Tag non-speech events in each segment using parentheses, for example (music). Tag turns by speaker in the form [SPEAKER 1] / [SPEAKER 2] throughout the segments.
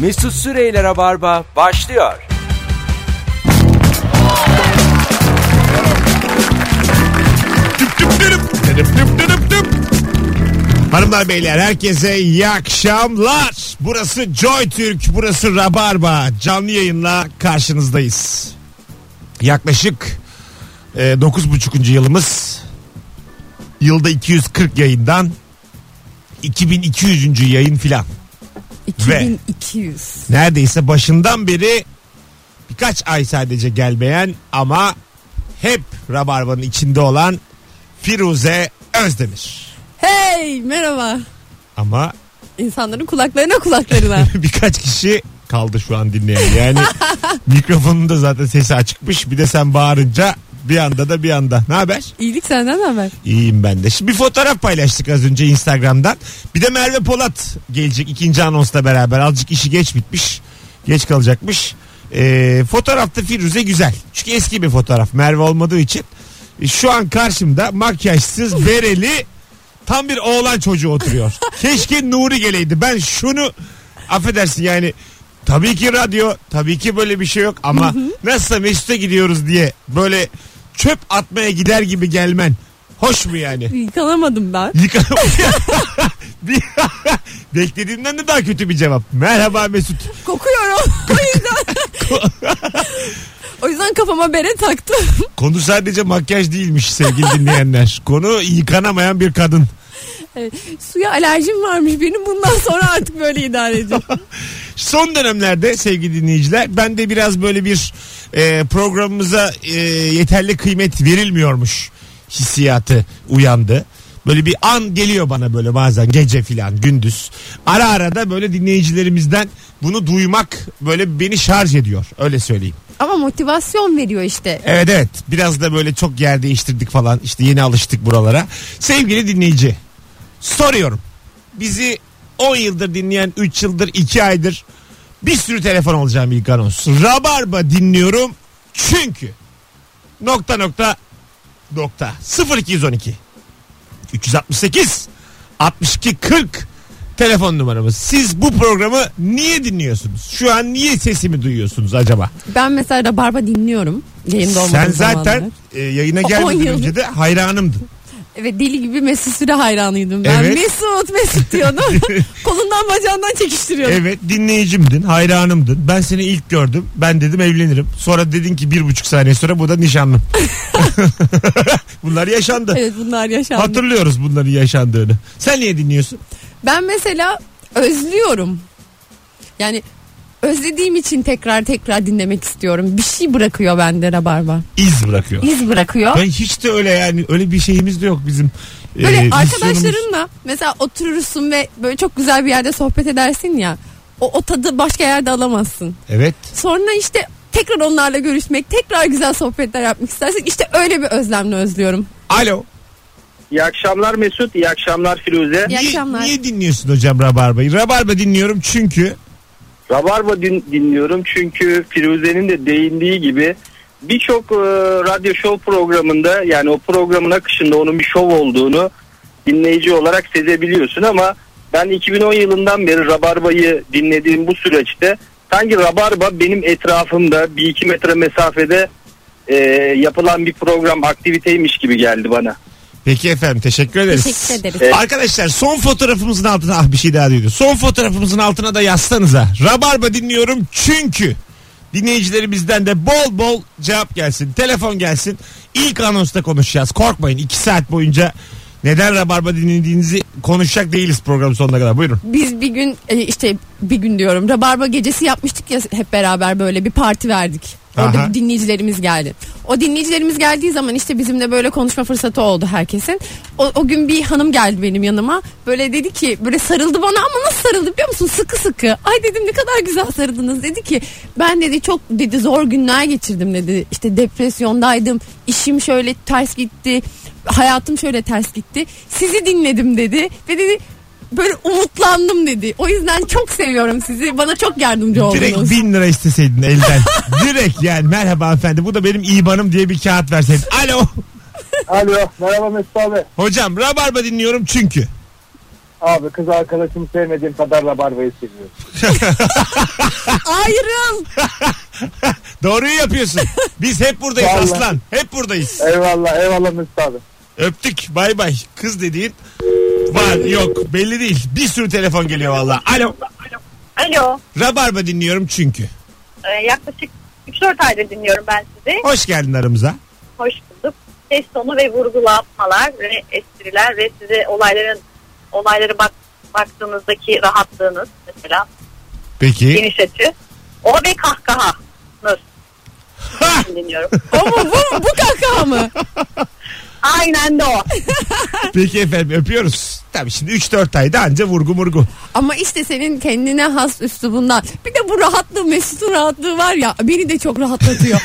[SPEAKER 1] Mesut Süreyler'e barba başlıyor.
[SPEAKER 2] Tüp tüp tüp. Tüp tüp tüp tüp. Hanımlar beyler herkese iyi akşamlar. Burası Joy Türk, burası Rabarba. Canlı yayınla karşınızdayız. Yaklaşık e, 9,5. yılımız. Yılda 240 yayından 2200. yayın filan.
[SPEAKER 3] 2200.
[SPEAKER 2] neredeyse başından beri birkaç ay sadece gelmeyen ama hep Rabarba'nın içinde olan Firuze Özdemir.
[SPEAKER 3] Hey merhaba.
[SPEAKER 2] Ama (laughs)
[SPEAKER 3] İnsanların kulaklarına (laughs) kulaklarına.
[SPEAKER 2] birkaç kişi kaldı şu an dinleyen. Yani mikrofonun da zaten sesi açıkmış. Bir de sen bağırınca bir anda da bir anda. Ne haber?
[SPEAKER 3] İyilik senden ne haber?
[SPEAKER 2] İyiyim ben de. Şimdi bir fotoğraf paylaştık az önce Instagram'dan. Bir de Merve Polat gelecek ikinci anonsla beraber. Azıcık işi geç bitmiş. Geç kalacakmış. Ee, fotoğrafta Firuze güzel. Çünkü eski bir fotoğraf. Merve olmadığı için. E, Şu an karşımda makyajsız, bereli tam bir oğlan çocuğu oturuyor. Keşke Nuri geleydi. Ben şunu affedersin yani tabii ki radyo, tabii ki böyle bir şey yok ama nasılsa Mesut'a gidiyoruz diye böyle çöp atmaya gider gibi gelmen hoş mu yani?
[SPEAKER 3] (laughs) Yıkanamadım ben.
[SPEAKER 2] Yıkan... Bir- (laughs) Beklediğimden de daha kötü bir cevap. Merhaba Mesut.
[SPEAKER 3] (laughs) Kokuyorum. o yüzden. o yüzden kafama bere (laughs) taktım.
[SPEAKER 2] Konu sadece makyaj değilmiş sevgili dinleyenler. Konu yıkanamayan bir kadın.
[SPEAKER 3] Evet, Suya alerjim varmış benim. Bundan sonra artık böyle idare edeceğim.
[SPEAKER 2] Son dönemlerde sevgili dinleyiciler ben de biraz böyle bir e, programımıza e, yeterli kıymet verilmiyormuş hissiyatı uyandı. Böyle bir an geliyor bana böyle bazen gece filan gündüz. Ara ara da böyle dinleyicilerimizden bunu duymak böyle beni şarj ediyor öyle söyleyeyim.
[SPEAKER 3] (laughs) Ama motivasyon veriyor işte.
[SPEAKER 2] Evet evet biraz da böyle çok yer değiştirdik falan işte yeni alıştık buralara. Sevgili dinleyici soruyorum bizi 10 yıldır dinleyen 3 yıldır 2 aydır bir sürü telefon alacağım ilk anons. Rabarba dinliyorum çünkü nokta nokta nokta 0212 368 62 40 telefon numaramız. Siz bu programı niye dinliyorsunuz? Şu an niye sesimi duyuyorsunuz acaba?
[SPEAKER 3] Ben mesela Rabarba dinliyorum. Yayında
[SPEAKER 2] Sen
[SPEAKER 3] olmadığım zamanlar.
[SPEAKER 2] zaten e, yayına
[SPEAKER 3] O- (laughs) on
[SPEAKER 2] gelmeden
[SPEAKER 3] yıl.
[SPEAKER 2] önce de hayranımdın.
[SPEAKER 3] Evet deli gibi Mesut Süre hayranıydım ben.
[SPEAKER 2] Evet.
[SPEAKER 3] Mesut Mesut (laughs) diyordum. Kolundan bacağından çekiştiriyordum.
[SPEAKER 2] Evet dinleyicimdin, hayranımdın. Ben seni ilk gördüm. Ben dedim evlenirim. Sonra dedin ki bir buçuk saniye sonra bu da nişanlım. (laughs) Bunlar yaşandı.
[SPEAKER 3] Evet bunlar yaşandı.
[SPEAKER 2] Hatırlıyoruz bunların yaşandığını. Sen niye dinliyorsun?
[SPEAKER 3] Ben mesela özlüyorum. Yani özlediğim için tekrar tekrar dinlemek istiyorum. Bir şey bırakıyor bende rabarba.
[SPEAKER 2] İz bırakıyor.
[SPEAKER 3] İz bırakıyor.
[SPEAKER 2] Ben hiç de öyle yani öyle bir şeyimiz de yok bizim. e,
[SPEAKER 3] Böyle
[SPEAKER 2] misyonumuz.
[SPEAKER 3] arkadaşlarınla mesela oturursun ve böyle çok güzel bir yerde sohbet edersin ya. O, o tadı başka yerde alamazsın.
[SPEAKER 2] Evet.
[SPEAKER 3] Sonra işte tekrar onlarla görüşmek, tekrar güzel sohbetler yapmak istersen işte öyle bir özlemle özlüyorum.
[SPEAKER 2] Alo.
[SPEAKER 4] İyi akşamlar Mesut, iyi akşamlar Firuze.
[SPEAKER 3] İyi
[SPEAKER 2] niye,
[SPEAKER 3] akşamlar.
[SPEAKER 2] Niye dinliyorsun hocam Rabarba'yı? Rabarba dinliyorum çünkü
[SPEAKER 4] Rabarba din- dinliyorum çünkü Firuze'nin de değindiği gibi birçok e, radyo show programında yani o programın akışında onun bir şov olduğunu dinleyici olarak sezebiliyorsun ama ben 2010 yılından beri Rabarba'yı dinlediğim bu süreçte sanki Rabarba benim etrafımda bir iki metre mesafede e, yapılan bir program aktiviteymiş gibi geldi bana.
[SPEAKER 2] Peki efendim teşekkür ederiz.
[SPEAKER 3] Teşekkür ederiz.
[SPEAKER 4] Evet.
[SPEAKER 2] Arkadaşlar son fotoğrafımızın altına ah bir şey daha diyordu. Son fotoğrafımızın altına da yazsanıza. Rabarba dinliyorum çünkü dinleyicilerimizden de bol bol cevap gelsin. Telefon gelsin. İlk anonsta konuşacağız. Korkmayın 2 saat boyunca neden Rabarba dinlediğinizi konuşacak değiliz programın sonuna kadar. Buyurun.
[SPEAKER 3] Biz bir gün e, işte bir gün diyorum Rabarba gecesi yapmıştık ya hep beraber böyle bir parti verdik. Orada
[SPEAKER 2] Aha.
[SPEAKER 3] bir dinleyicilerimiz geldi. O dinleyicilerimiz geldiği zaman işte bizimle böyle konuşma fırsatı oldu herkesin. O, o gün bir hanım geldi benim yanıma. Böyle dedi ki böyle sarıldı bana ama nasıl sarıldı biliyor musun? Sıkı sıkı. Ay dedim ne kadar güzel sarıldınız. Dedi ki ben dedi çok dedi zor günler geçirdim dedi. İşte depresyondaydım. İşim şöyle ters gitti. Hayatım şöyle ters gitti. Sizi dinledim dedi. Ve dedi böyle umutlandım dedi. O yüzden çok seviyorum sizi. Bana çok yardımcı oldunuz.
[SPEAKER 2] Direkt bin lira isteseydin
[SPEAKER 3] (laughs)
[SPEAKER 2] elden. Direkt yani merhaba hanımefendi bu da benim ibanım diye bir kağıt verseydin. Alo.
[SPEAKER 4] Alo merhaba Mesut abi.
[SPEAKER 2] Hocam Rabarba dinliyorum çünkü.
[SPEAKER 5] Abi kız arkadaşımı sevmediğim kadar rabarbayı seviyorum.
[SPEAKER 3] Ayrıl.
[SPEAKER 2] Doğruyu yapıyorsun. Biz hep buradayız
[SPEAKER 5] Vallahi.
[SPEAKER 2] aslan. Hep buradayız.
[SPEAKER 5] Eyvallah eyvallah Mesut abi.
[SPEAKER 2] Öptük. Bay bay. Kız dediğin var yok belli değil. Bir sürü telefon geliyor valla. Alo.
[SPEAKER 6] Alo.
[SPEAKER 2] Rabarba dinliyorum çünkü.
[SPEAKER 6] Ee, yaklaşık 3-4 aydır dinliyorum ben sizi.
[SPEAKER 2] Hoş geldin aramıza.
[SPEAKER 6] Hoş bulduk. Ses tonu ve vurgulatmalar ve espriler ve size olayların olaylara bak, baktığınızdaki rahatlığınız mesela
[SPEAKER 2] Peki.
[SPEAKER 6] geniş açı. O ve kahkahanız
[SPEAKER 2] Ha!
[SPEAKER 6] (laughs) dinliyorum.
[SPEAKER 3] O mu bu, bu kaka mı?
[SPEAKER 6] Aynen de o.
[SPEAKER 2] (laughs) Peki efendim öpüyoruz. Tabii şimdi 3-4 ayda anca vurgu murgu.
[SPEAKER 3] Ama işte senin kendine has üslubundan. Bir de bu rahatlığı Mesut'un rahatlığı var ya beni de çok rahatlatıyor.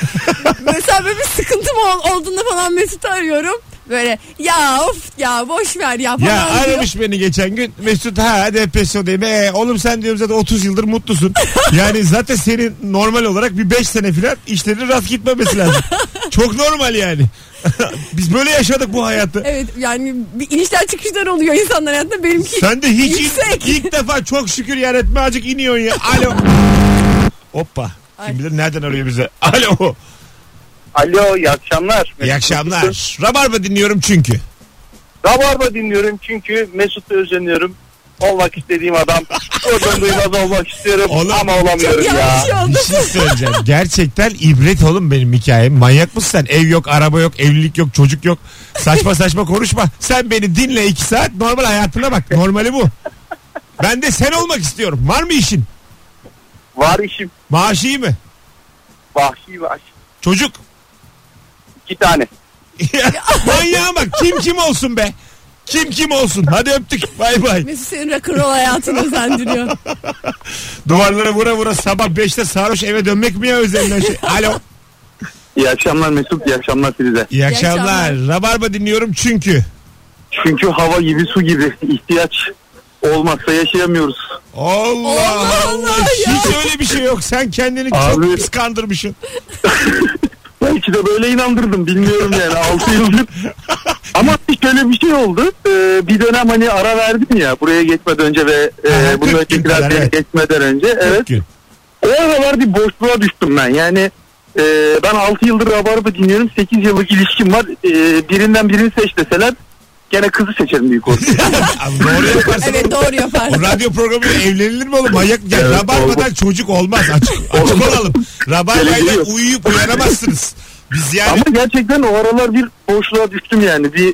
[SPEAKER 3] Mesela böyle bir sıkıntım ol- olduğunda falan Mesut'u arıyorum. Böyle ya of ya boş ver ya falan
[SPEAKER 2] Ya şey-
[SPEAKER 3] diyor.
[SPEAKER 2] aramış beni geçen gün. Mesut ha depresyondayım. E, oğlum sen diyorum zaten 30 yıldır
[SPEAKER 3] (laughs)
[SPEAKER 2] mutlusun. Yani zaten senin normal olarak bir 5 sene filan işlerin rast gitmemesi
[SPEAKER 3] (laughs)
[SPEAKER 2] lazım. Çok normal yani. (laughs) Biz böyle yaşadık bu hayatı.
[SPEAKER 3] Evet yani bir inişler çıkışlar oluyor insanlar hayatında benimki.
[SPEAKER 2] Sen de hiç ilk,
[SPEAKER 3] Yüksek.
[SPEAKER 2] ilk defa çok şükür yer etme azıcık iniyorsun ya. Alo. Hoppa. Kim
[SPEAKER 3] Ay.
[SPEAKER 2] bilir nereden arıyor bize. Alo.
[SPEAKER 4] Alo iyi akşamlar.
[SPEAKER 2] İyi akşamlar. Rabarba dinliyorum çünkü.
[SPEAKER 4] Rabarba dinliyorum çünkü Mesut'u özeniyorum. Olmak istediğim
[SPEAKER 7] (laughs)
[SPEAKER 4] adam. Oradan duymaz olmak istiyorum
[SPEAKER 2] Oğlum,
[SPEAKER 4] ama olamıyorum
[SPEAKER 3] Çok
[SPEAKER 4] ya.
[SPEAKER 3] yanlış oldu.
[SPEAKER 2] Bir şey söyleyeceğim. Gerçekten ibret oğlum benim hikayem. Manyak mısın sen? Ev yok, araba yok, evlilik yok, çocuk yok. Saçma saçma konuşma. Sen beni dinle iki saat. Normal hayatına bak. Normali bu. Ben de sen olmak istiyorum. Var mı işin?
[SPEAKER 4] Var işim.
[SPEAKER 2] Maaşı iyi mi?
[SPEAKER 4] Vahşi vahşi.
[SPEAKER 2] Çocuk. (laughs)
[SPEAKER 4] İki tane.
[SPEAKER 2] Manyağa bak. Kim kim olsun be? Kim kim olsun? Hadi öptük. Bay bay.
[SPEAKER 3] Mesut senin rock'n'roll hayatını özendiriyor.
[SPEAKER 2] Duvarlara vura vura sabah 5'te sarhoş eve dönmek mi ya özenilen şey? Alo.
[SPEAKER 4] İyi akşamlar Mesut, iyi akşamlar Filize.
[SPEAKER 2] İyi akşamlar.
[SPEAKER 3] akşamlar.
[SPEAKER 2] Rabarba dinliyorum çünkü.
[SPEAKER 4] Çünkü hava gibi su gibi ihtiyaç olmazsa yaşayamıyoruz.
[SPEAKER 2] Allah Allah.
[SPEAKER 3] Allah Allah ya.
[SPEAKER 2] Hiç öyle bir şey yok. Sen kendini
[SPEAKER 4] Abi.
[SPEAKER 2] çok kıskandırmışsın.
[SPEAKER 4] Belki de böyle inandırdım bilmiyorum yani 6
[SPEAKER 5] (laughs)
[SPEAKER 4] yıldır. Ama şöyle bir şey oldu. Ee, bir dönem hani ara verdim ya buraya geçmeden önce ve
[SPEAKER 2] Aha,
[SPEAKER 4] e, bunun
[SPEAKER 2] kırk gün kadar,
[SPEAKER 4] ötekiler
[SPEAKER 2] evet.
[SPEAKER 4] geçmeden önce. Evet. (laughs)
[SPEAKER 2] Gün.
[SPEAKER 4] O aralar bir boşluğa düştüm ben. Yani e, ben 6 yıldır Rabarba dinliyorum. 8 yıllık ilişkim var. E, birinden birini seç deseler gene kızı seçerim büyük olasılık.
[SPEAKER 2] Abi doğru yaparsın.
[SPEAKER 3] Evet doğru yapar.
[SPEAKER 2] O radyo programıyla evlenilir mi oğlum? Manyak ya
[SPEAKER 4] Evet,
[SPEAKER 2] Rabarba'dan
[SPEAKER 4] olmaz.
[SPEAKER 2] çocuk olmaz. Açık, açık
[SPEAKER 4] Olmaz.
[SPEAKER 2] olalım. Rabarba'yla
[SPEAKER 4] Geleceği yok.
[SPEAKER 2] uyuyup uyanamazsınız. Biz yani
[SPEAKER 4] Ama gerçekten o aralar bir boşluğa düştüm yani. Bir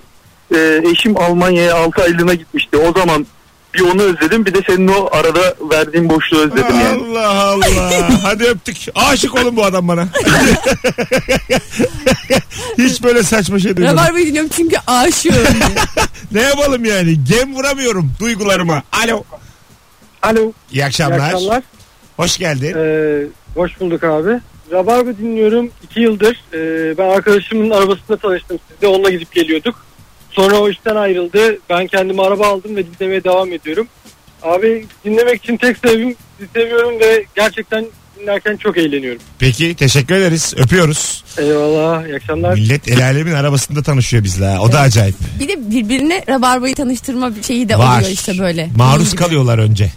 [SPEAKER 4] e, eşim Almanya'ya 6 aylığına gitmişti. O zaman bir onu özledim bir de senin o arada verdiğin boşluğu özledim yani.
[SPEAKER 2] Allah Allah. Hadi öptük. Aşık olun bu adam bana. (laughs) Hiç böyle saçma şey duymadım.
[SPEAKER 3] Rabarbayı dinliyorum çünkü aşığım.
[SPEAKER 2] Ne yapalım yani? Gem vuramıyorum duygularıma. Alo.
[SPEAKER 5] Alo.
[SPEAKER 2] İyi
[SPEAKER 5] iyi
[SPEAKER 2] akşamlar.
[SPEAKER 5] akşamlar.
[SPEAKER 2] Hoş geldin.
[SPEAKER 5] Ee, hoş bulduk abi. Rabarba dinliyorum. iki yıldır Ee, ben arkadaşımın arabasında tanıştım sizde. Onunla gidip geliyorduk. Sonra o işten ayrıldı. Ben kendime araba aldım ve dinlemeye devam ediyorum. Abi dinlemek için tek sebebim sizi seviyorum ve gerçekten dinlerken çok eğleniyorum.
[SPEAKER 2] Peki teşekkür ederiz. Öpüyoruz.
[SPEAKER 5] Eyvallah. iyi akşamlar.
[SPEAKER 2] Millet el alemin arabasında tanışıyor bizle. ha. O da acayip.
[SPEAKER 3] bir de birbirine rabarbayı tanıştırma şeyi de
[SPEAKER 2] Var.
[SPEAKER 3] oluyor işte böyle. Bunun
[SPEAKER 2] Maruz
[SPEAKER 3] gibi.
[SPEAKER 2] kalıyorlar önce.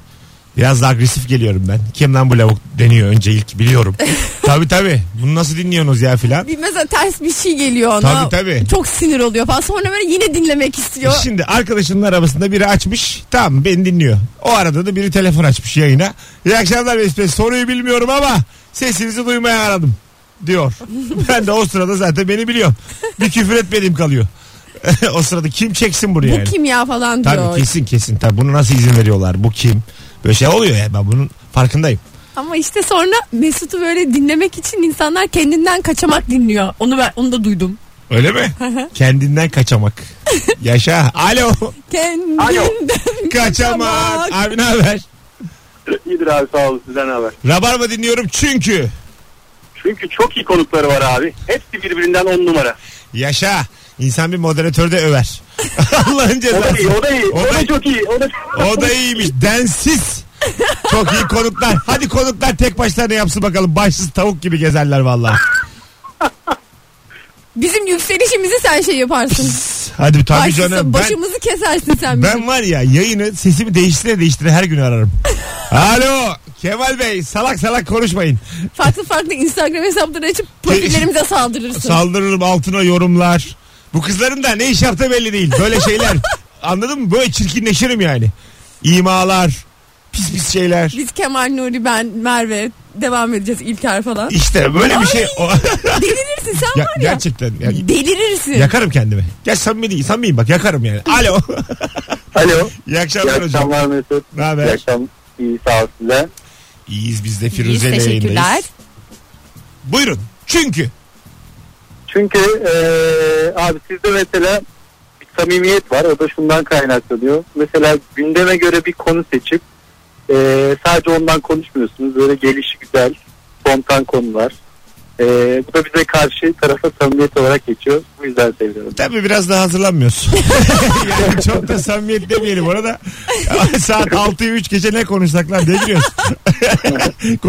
[SPEAKER 2] Biraz da agresif geliyorum ben. Kim lan bu lavuk deniyor önce ilk
[SPEAKER 3] (laughs)
[SPEAKER 2] biliyorum. tabii tabii. Bunu nasıl dinliyorsunuz ya filan.
[SPEAKER 3] Bir mesela ters bir şey geliyor ona.
[SPEAKER 2] Tabii, tabii.
[SPEAKER 3] Çok sinir oluyor falan. Sonra böyle yine dinlemek istiyor.
[SPEAKER 2] Şimdi arkadaşının arabasında biri açmış. Tamam beni dinliyor. O arada da biri telefon açmış yayına. İyi akşamlar Mesut Bey. Soruyu bilmiyorum ama sesinizi duymaya aradım
[SPEAKER 3] (laughs)
[SPEAKER 2] diyor. Ben de o sırada zaten beni biliyorum. Bir küfür etmediğim kalıyor. (laughs) o sırada kim çeksin bunu
[SPEAKER 3] Bu
[SPEAKER 2] yani?
[SPEAKER 3] kim ya falan diyor.
[SPEAKER 2] Tabii kesin kesin. Tabii bunu nasıl izin veriyorlar? Bu kim? Böyle şey oluyor ya ben bunun farkındayım.
[SPEAKER 3] Ama işte sonra Mesut'u böyle dinlemek için insanlar kendinden kaçamak dinliyor. Onu ben onu da duydum.
[SPEAKER 2] Öyle mi? Kendinden kaçamak. Yaşa. Alo.
[SPEAKER 3] Kendinden
[SPEAKER 2] Kaçamak. Abi ne haber?
[SPEAKER 4] İyidir abi sağ olun sizden haber.
[SPEAKER 2] Rabarba dinliyorum çünkü.
[SPEAKER 4] Çünkü çok iyi konukları var abi. Hepsi birbirinden on numara.
[SPEAKER 2] Yaşa. İnsan bir moderatör de över. (laughs) Allah'ın
[SPEAKER 4] O da iyi,
[SPEAKER 2] cezası.
[SPEAKER 4] o da iyi, o da çok iyi. O da,
[SPEAKER 2] O da iyiymiş. Densiz. Çok iyi konuklar. Hadi konuklar tek başlarına yapsın bakalım. Başsız tavuk gibi gezerler vallahi.
[SPEAKER 3] Bizim yükselişimizi sen şey yaparsın.
[SPEAKER 2] Hadi tabii
[SPEAKER 3] Başkası-
[SPEAKER 2] canım. Ben,
[SPEAKER 3] başımızı kesersin sen bizim.
[SPEAKER 2] ben var ya yayını sesimi değiştire değiştire her gün ararım. Alo Kemal Bey salak salak konuşmayın.
[SPEAKER 3] Farklı farklı Instagram hesapları açıp profillerimize saldırırsın.
[SPEAKER 2] Saldırırım altına yorumlar. Bu kızların da ne iş yaptığı belli değil. Böyle şeyler. Anladın mı? Böyle çirkinleşirim yani. İmalar. Pis pis şeyler.
[SPEAKER 3] Biz Kemal Nuri ben Merve devam edeceğiz İlker falan.
[SPEAKER 2] İşte böyle bir şey. O-
[SPEAKER 3] Delirirsin
[SPEAKER 2] (laughs)
[SPEAKER 3] sen
[SPEAKER 2] Ya-
[SPEAKER 3] var ya.
[SPEAKER 2] gerçekten. ya-
[SPEAKER 3] Delirirsin.
[SPEAKER 2] yakarım kendimi. Gel samimi değil. Samimiyim bak yakarım yani. Alo. (laughs)
[SPEAKER 7] Alo.
[SPEAKER 2] İyi
[SPEAKER 7] İyi
[SPEAKER 2] akşamlar hocam.
[SPEAKER 7] akşamlar Mesut.
[SPEAKER 2] Ne
[SPEAKER 7] İyi
[SPEAKER 2] haber?
[SPEAKER 7] akşamlar. İyi sağ ol size.
[SPEAKER 2] İyiyiz biz de
[SPEAKER 3] İyiyiz,
[SPEAKER 2] Firuze ile
[SPEAKER 3] teşekkürler.
[SPEAKER 2] yayındayız. Buyurun. Çünkü.
[SPEAKER 7] Çünkü eee, abi sizde mesela bir samimiyet var. O da şundan kaynaklanıyor. Mesela gündeme göre bir konu seçip eee, sadece ondan konuşmuyorsunuz. Böyle gelişi güzel, spontan konular. Eee, bu da bize karşı tarafa samimiyet olarak geçiyor. Bu yüzden seviyorum.
[SPEAKER 2] Tabii biraz daha
[SPEAKER 3] (laughs)
[SPEAKER 2] hazırlanmıyorsun. yani çok da samimiyet demeyelim orada. Saat 6'yı 3 gece ne konuşsak lan diye giriyoruz.
[SPEAKER 7] O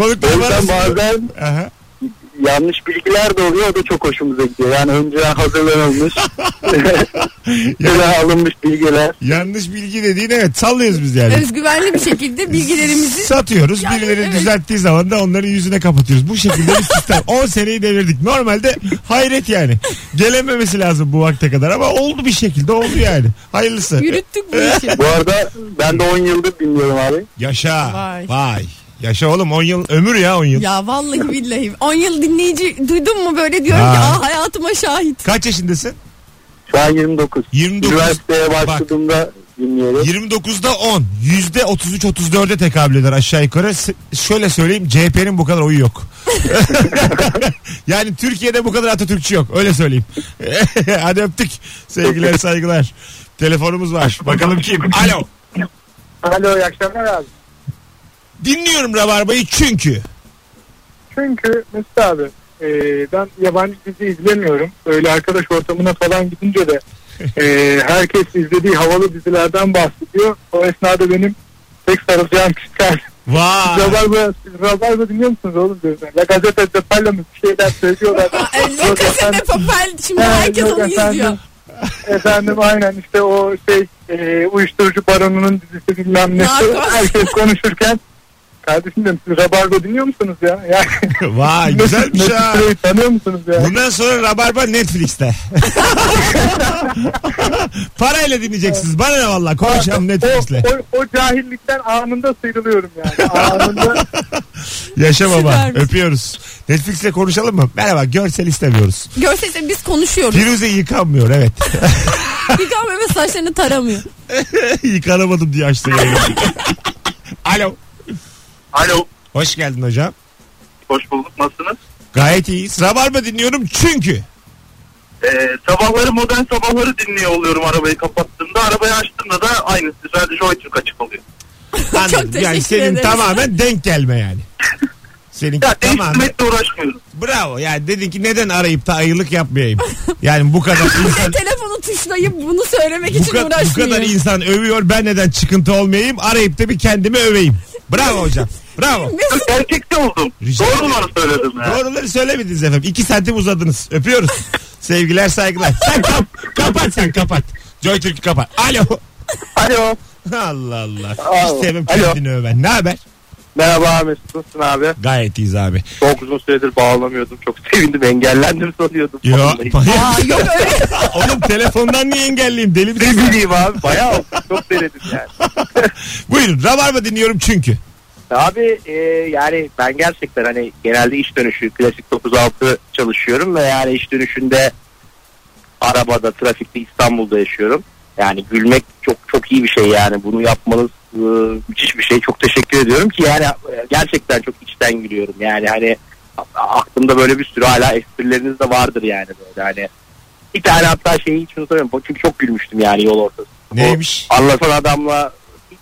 [SPEAKER 2] (laughs) Konuklar var.
[SPEAKER 7] yüzden
[SPEAKER 2] arasında.
[SPEAKER 7] bazen
[SPEAKER 2] Aha.
[SPEAKER 7] yanlış bilgiler de oluyor. O da çok hoşumuza gidiyor. Yani önceden hazırlanılmış. ya alınmış bilgiler.
[SPEAKER 2] Yanlış bilgi dediğin evet sallıyoruz biz yani.
[SPEAKER 3] Özgüvenli bir şekilde bilgilerimizi
[SPEAKER 2] Satıyoruz.
[SPEAKER 3] Yani
[SPEAKER 2] Birileri
[SPEAKER 3] evet.
[SPEAKER 2] düzelttiği zaman da onların yüzüne kapatıyoruz. Bu şekilde bir sistem. (laughs) 10 seneyi devirdik. Normalde hayret yani. Gelememesi lazım bu vakte kadar ama oldu bir şekilde oldu yani. Hayırlısı.
[SPEAKER 3] yürüttük bu işi.
[SPEAKER 7] Bu arada ben de 10 yıldır dinliyorum abi.
[SPEAKER 2] Yaşa. Vay.
[SPEAKER 3] Vay.
[SPEAKER 2] Yaşa oğlum 10 yıl ömür ya 10 yıl.
[SPEAKER 3] Ya vallahi billahi. 10 yıl dinleyici duydun mu böyle diyorum ki
[SPEAKER 2] Ha.
[SPEAKER 3] aa hayatıma şahit.
[SPEAKER 2] Kaç yaşındasın?
[SPEAKER 7] Şu an 29.
[SPEAKER 2] 29.
[SPEAKER 7] Üniversiteye
[SPEAKER 2] Bak.
[SPEAKER 7] başladığımda dinliyorum.
[SPEAKER 2] 29'da 10. Yüzde 33-34'e tekabül eder aşağı yukarı. S- şöyle söyleyeyim CHP'nin bu kadar oyu yok. (laughs) yani Türkiye'de bu kadar Atatürkçü yok. Öyle söyleyeyim. (laughs) Hadi öptük. Sevgiler saygılar. Telefonumuz var. Bakalım kim? Alo.
[SPEAKER 7] Alo iyi akşamlar abi.
[SPEAKER 2] Dinliyorum Rabarba'yı çünkü.
[SPEAKER 4] Çünkü Mesut abi e, ben yabancı dizi izlemiyorum. Öyle arkadaş ortamına falan gidince de e, herkes izlediği havalı dizilerden bahsediyor. O esnada benim tek sarılacağım kişiler.
[SPEAKER 2] Vay.
[SPEAKER 4] Rabarba, siz Rabarba dinliyor musunuz oğlum diyorum. ben. La Gazete de Palla mı bir şeyler
[SPEAKER 3] (laughs)
[SPEAKER 4] söylüyorlar.
[SPEAKER 3] La
[SPEAKER 4] Yok
[SPEAKER 3] Casa de
[SPEAKER 4] efendim,
[SPEAKER 3] Papel şimdi
[SPEAKER 4] Ha,
[SPEAKER 3] herkes
[SPEAKER 4] yok
[SPEAKER 3] onu
[SPEAKER 4] efendim.
[SPEAKER 3] izliyor.
[SPEAKER 4] efendim aynen işte o şey e, uyuşturucu baronunun dizisi bilmem nesi.
[SPEAKER 3] Narkoz.
[SPEAKER 4] herkes konuşurken Kardeşim dedim siz Rabarba dinliyor musunuz ya? Yani
[SPEAKER 2] Vay güzelmiş
[SPEAKER 4] Mesut
[SPEAKER 2] ha.
[SPEAKER 4] Süreyi tanıyor musunuz ya?
[SPEAKER 2] Bundan sonra Rabarba Netflix'te. (laughs) Parayla dinleyeceksiniz. Bana ne valla konuşalım Netflix'le.
[SPEAKER 4] O, o, o cahillikten anında sıyrılıyorum yani. Anında
[SPEAKER 2] Yaşa baba.
[SPEAKER 3] Süpermiş.
[SPEAKER 2] Öpüyoruz. Netflix'le konuşalım mı? Merhaba görsel istemiyoruz.
[SPEAKER 3] Görselse biz konuşuyoruz.
[SPEAKER 2] Firuze yıkanmıyor evet. (laughs)
[SPEAKER 3] Yıkanmıyor ve saçlarını taramıyor.
[SPEAKER 2] Yıkanamadım diye açtı yayını. (laughs) Alo.
[SPEAKER 7] Alo
[SPEAKER 2] Hoş geldin hocam.
[SPEAKER 7] hoş bulduk nasılsınız?
[SPEAKER 2] Gayet iyiyiz. Rabarba dinliyorum
[SPEAKER 3] (laughs)
[SPEAKER 2] çünkü.
[SPEAKER 7] Ee, sabahları modern sabahları dinliyor oluyorum arabayı kapattığımda. Arabayı açtığımda da aynısı. Sadece Joy Türk açık oluyor.
[SPEAKER 3] (laughs)
[SPEAKER 2] Anladım. yani
[SPEAKER 3] teşekkür
[SPEAKER 2] senin
[SPEAKER 3] ederiz.
[SPEAKER 2] tamamen denk gelme yani. Senin
[SPEAKER 7] Ya
[SPEAKER 2] tamamen.
[SPEAKER 7] değiştirmekle uğraşmıyorum.
[SPEAKER 2] Bravo. Yani dedin ki neden arayıp da ayılık yapmayayım. Yani bu
[SPEAKER 3] (laughs)
[SPEAKER 2] kadar insan
[SPEAKER 3] Ve telefonu tuşlayıp bunu söylemek
[SPEAKER 2] bu,
[SPEAKER 3] için
[SPEAKER 2] ka- bu
[SPEAKER 3] uğraşmıyor.
[SPEAKER 2] kadar insan övüyor. Ben neden çıkıntı olmayayım? Arayıp da bir kendimi öveyim. Bravo hocam. Bravo.
[SPEAKER 3] Mesut
[SPEAKER 7] Erkekte oldum.
[SPEAKER 2] Rica
[SPEAKER 7] Doğru
[SPEAKER 2] ederim.
[SPEAKER 7] olanı söyledim ya.
[SPEAKER 2] Doğruları söylemediniz efendim. İki santim uzadınız. Öpüyoruz. Sevgiler saygılar. Sen kap, kapat sen kapat. Joy Türk'ü kapat. Alo.
[SPEAKER 4] Alo.
[SPEAKER 2] Allah Allah.
[SPEAKER 4] Alo.
[SPEAKER 2] İstemem
[SPEAKER 4] Alo.
[SPEAKER 2] kendini öven. Ne haber?
[SPEAKER 4] Merhaba Mesut nasılsın abi?
[SPEAKER 2] Gayet iyiyiz abi.
[SPEAKER 4] Çok uzun süredir bağlamıyordum. Çok sevindim engellendim sanıyordum.
[SPEAKER 2] Yo.
[SPEAKER 4] Vallahi.
[SPEAKER 3] Aa, yok öyle.
[SPEAKER 2] (laughs) Oğlum telefondan niye engelliyim? Deli
[SPEAKER 4] Ne
[SPEAKER 7] (laughs)
[SPEAKER 2] misin?
[SPEAKER 4] bileyim abi bayağı çok denedim yani.
[SPEAKER 2] (laughs) Buyurun. Rabarba dinliyorum çünkü.
[SPEAKER 7] Abi e, yani ben gerçekten hani genelde iş dönüşü klasik 9-6 çalışıyorum ve yani iş dönüşünde arabada trafikte İstanbul'da yaşıyorum. Yani gülmek çok çok iyi bir şey yani bunu yapmanız e, müthiş bir şey. Çok teşekkür ediyorum ki yani e, gerçekten çok içten gülüyorum. Yani hani a- aklımda böyle bir sürü hala esprileriniz de vardır yani böyle hani. Bir tane hatta şeyi hiç unutamıyorum çünkü çok gülmüştüm yani yol ortasında.
[SPEAKER 2] Neymiş?
[SPEAKER 7] Anlatan adamla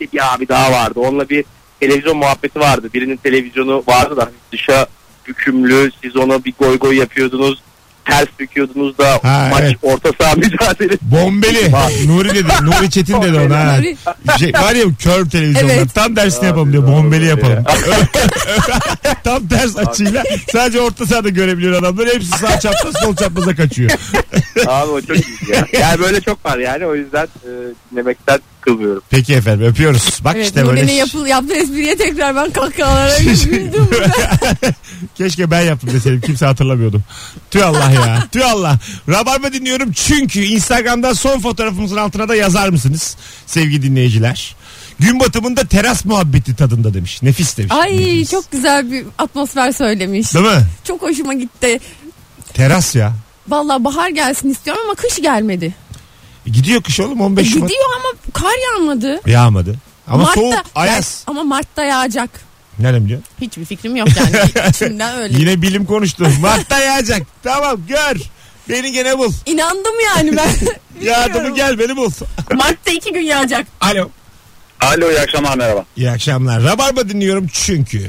[SPEAKER 7] bir de bir abi daha vardı. Onunla bir televizyon muhabbeti vardı. Birinin televizyonu vardı da dışa bükümlü. Siz ona bir goy goy yapıyordunuz.
[SPEAKER 8] ters döküyordunuz da
[SPEAKER 2] Ha,
[SPEAKER 8] maç
[SPEAKER 2] evet.
[SPEAKER 8] orta saha (laughs) mücadelesi.
[SPEAKER 2] Bombeli. Nuri dedi. Nuri Çetin dedi ona. ha.
[SPEAKER 3] Nuri.
[SPEAKER 2] Şey, var ya kör televizyonda
[SPEAKER 3] Evet.
[SPEAKER 2] tam dersini yapalım diyor. Bombeli yapalım. (laughs) tam ters açıyla sadece orta sahada görebiliyor adamlar. Hepsi sağ çapraz sol çapraza kaçıyor.
[SPEAKER 8] Abi o çok iyi (laughs) ya. Yani böyle çok var yani o yüzden e, dinlemekten kılmıyorum.
[SPEAKER 2] Peki efendim öpüyoruz. Bak
[SPEAKER 3] Evet,
[SPEAKER 2] işte
[SPEAKER 3] Nuri'nin
[SPEAKER 2] böyle.
[SPEAKER 3] yapıl, yaptığı espriye tekrar ben
[SPEAKER 2] (laughs)
[SPEAKER 3] kahkahalara güldüm.
[SPEAKER 2] Keşke ben yaptım deseydim. Kimse hatırlamıyordu. Tüy Allah ya. Tüy Allah. Rabarba dinliyorum çünkü Instagram'da son fotoğrafımızın altına da yazar mısınız sevgili dinleyiciler? Gün batımında teras muhabbeti tadında demiş. Nefis demiş.
[SPEAKER 3] Ay
[SPEAKER 2] dinleyicimiz.
[SPEAKER 3] çok güzel bir atmosfer söylemiş.
[SPEAKER 2] Değil mi?
[SPEAKER 3] Çok hoşuma gitti.
[SPEAKER 2] Teras ya.
[SPEAKER 3] Vallahi bahar gelsin istiyorum ama kış gelmedi.
[SPEAKER 2] E, Gidiyor kış oğlum
[SPEAKER 3] E,
[SPEAKER 2] 15 Şubat.
[SPEAKER 3] gidiyor ama kar yağmadı.
[SPEAKER 2] Yağmadı. Ama
[SPEAKER 3] Mart'ta-
[SPEAKER 2] soğuk, ayaz.
[SPEAKER 3] Ama Mart'ta yağacak.
[SPEAKER 2] Nerem
[SPEAKER 3] (laughs)
[SPEAKER 2] diyor?
[SPEAKER 3] Hiçbir fikrim yok
[SPEAKER 2] (laughs)
[SPEAKER 3] yani. İçimden öyle.
[SPEAKER 2] Yine bilim konuştu. Mart'ta yağacak. Tamam gör. Beni gene bul.
[SPEAKER 3] İnandım
[SPEAKER 2] (laughs)
[SPEAKER 3] yani ben.
[SPEAKER 2] Yardımı gel beni bul.
[SPEAKER 3] Mart'ta iki gün yağacak.
[SPEAKER 2] Alo.
[SPEAKER 8] Alo iyi akşamlar merhaba.
[SPEAKER 2] İyi akşamlar. Rabarba dinliyorum çünkü.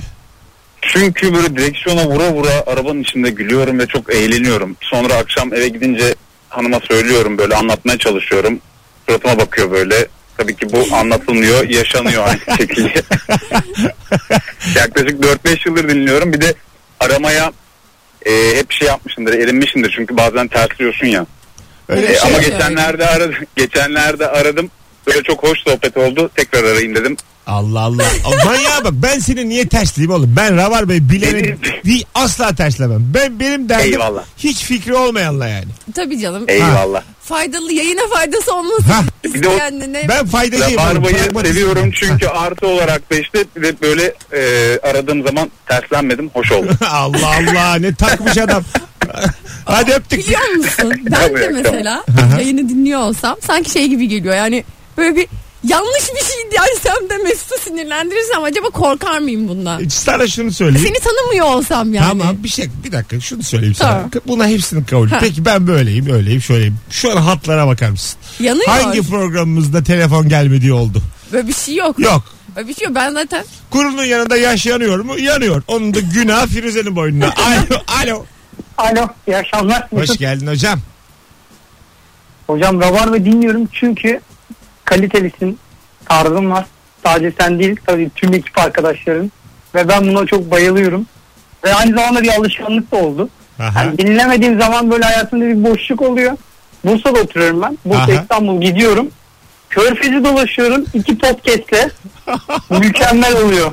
[SPEAKER 8] Çünkü böyle direksiyona vura vura arabanın içinde gülüyorum ve çok eğleniyorum. Sonra akşam eve gidince hanıma söylüyorum böyle anlatmaya çalışıyorum. Suratıma bakıyor böyle. Tabii ki bu anlatılmıyor, yaşanıyor aynı şekilde. (laughs) Yaklaşık 4-5 yıldır dinliyorum. Bir de aramaya e, hep şey yapmışımdır, erinmişimdir. Çünkü bazen tersliyorsun ya.
[SPEAKER 2] Öyle
[SPEAKER 8] E,
[SPEAKER 2] bir şey.
[SPEAKER 8] ama
[SPEAKER 3] yok.
[SPEAKER 8] geçenlerde aradım. Geçenlerde aradım. Böyle çok hoş sohbet oldu. Tekrar arayayım dedim.
[SPEAKER 2] Allah Allah. Manyağa bak ben seni niye tersleyeyim oğlum? Ben Rabarba'yı
[SPEAKER 8] (laughs)
[SPEAKER 2] bileni Hi- asla terslemem. Ben benim derdim
[SPEAKER 8] Eyvallah.
[SPEAKER 2] hiç fikri olmayanla yani.
[SPEAKER 3] Tabii canım.
[SPEAKER 2] E-
[SPEAKER 8] Eyvallah.
[SPEAKER 3] Faydalı yayına faydası olmasın. (laughs)
[SPEAKER 2] Ha.
[SPEAKER 8] Bir de o-
[SPEAKER 3] kendine.
[SPEAKER 2] Ben faydacıyım. oğlum,
[SPEAKER 8] Rabarbayı
[SPEAKER 2] pragmatist.
[SPEAKER 8] seviyorum çünkü artı olarak da işte bir de böyle e, aradığım zaman terslenmedim
[SPEAKER 4] (laughs)
[SPEAKER 8] hoş oldu.
[SPEAKER 2] Allah Allah ne takmış
[SPEAKER 3] (laughs)
[SPEAKER 2] adam. Hadi öptük.
[SPEAKER 3] Biliyor
[SPEAKER 2] (laughs)
[SPEAKER 3] musun? Ben
[SPEAKER 8] Tabii,
[SPEAKER 3] de
[SPEAKER 8] tabii.
[SPEAKER 3] mesela yayını dinliyor olsam sanki şey gibi geliyor yani böyle bir yanlış bir şey dersem de Mesut'u sinirlendirirsem acaba korkar mıyım bundan?
[SPEAKER 2] Sana şunu söyleyeyim.
[SPEAKER 3] Seni tanımıyor olsam yani.
[SPEAKER 2] E- Tamam bir şey bir dakika şunu söyleyeyim sana.
[SPEAKER 3] Tamam.
[SPEAKER 2] Buna hepsini kabul.
[SPEAKER 3] Ha.
[SPEAKER 2] Peki ben böyleyim, öyleyim, şöyleyim. Şu an hatlara bakar mısın?
[SPEAKER 3] Yanıyor.
[SPEAKER 2] Hangi programımızda telefon gelmediği oldu?
[SPEAKER 3] Böyle bir şey yok.
[SPEAKER 2] Yok.
[SPEAKER 3] Böyle bir şey yok. Ben zaten
[SPEAKER 2] Kurunun yanında yaş yanıyor mu? Yanıyor. Onun da günah Firuze'nin
[SPEAKER 3] (laughs)
[SPEAKER 2] boynuna. Alo, alo.
[SPEAKER 9] Alo iyi akşamlar.
[SPEAKER 2] Hoş
[SPEAKER 9] Mesut.
[SPEAKER 2] geldin hocam.
[SPEAKER 9] Hocam Rabarba dinliyorum çünkü kalitelisin. Tarzın var. Sadece sen değil tabii tüm ekip arkadaşların. Ve ben buna çok bayılıyorum. Ve aynı zamanda bir alışkanlık da oldu.
[SPEAKER 2] Aha.
[SPEAKER 9] Yani dinlemediğim zaman böyle hayatımda bir boşluk oluyor. Bursa'da oturuyorum ben. Bursa
[SPEAKER 2] Aha.
[SPEAKER 9] İstanbul gidiyorum. Körfezi dolaşıyorum.
[SPEAKER 2] (laughs)
[SPEAKER 9] iki podcastle. Mükemmel oluyor.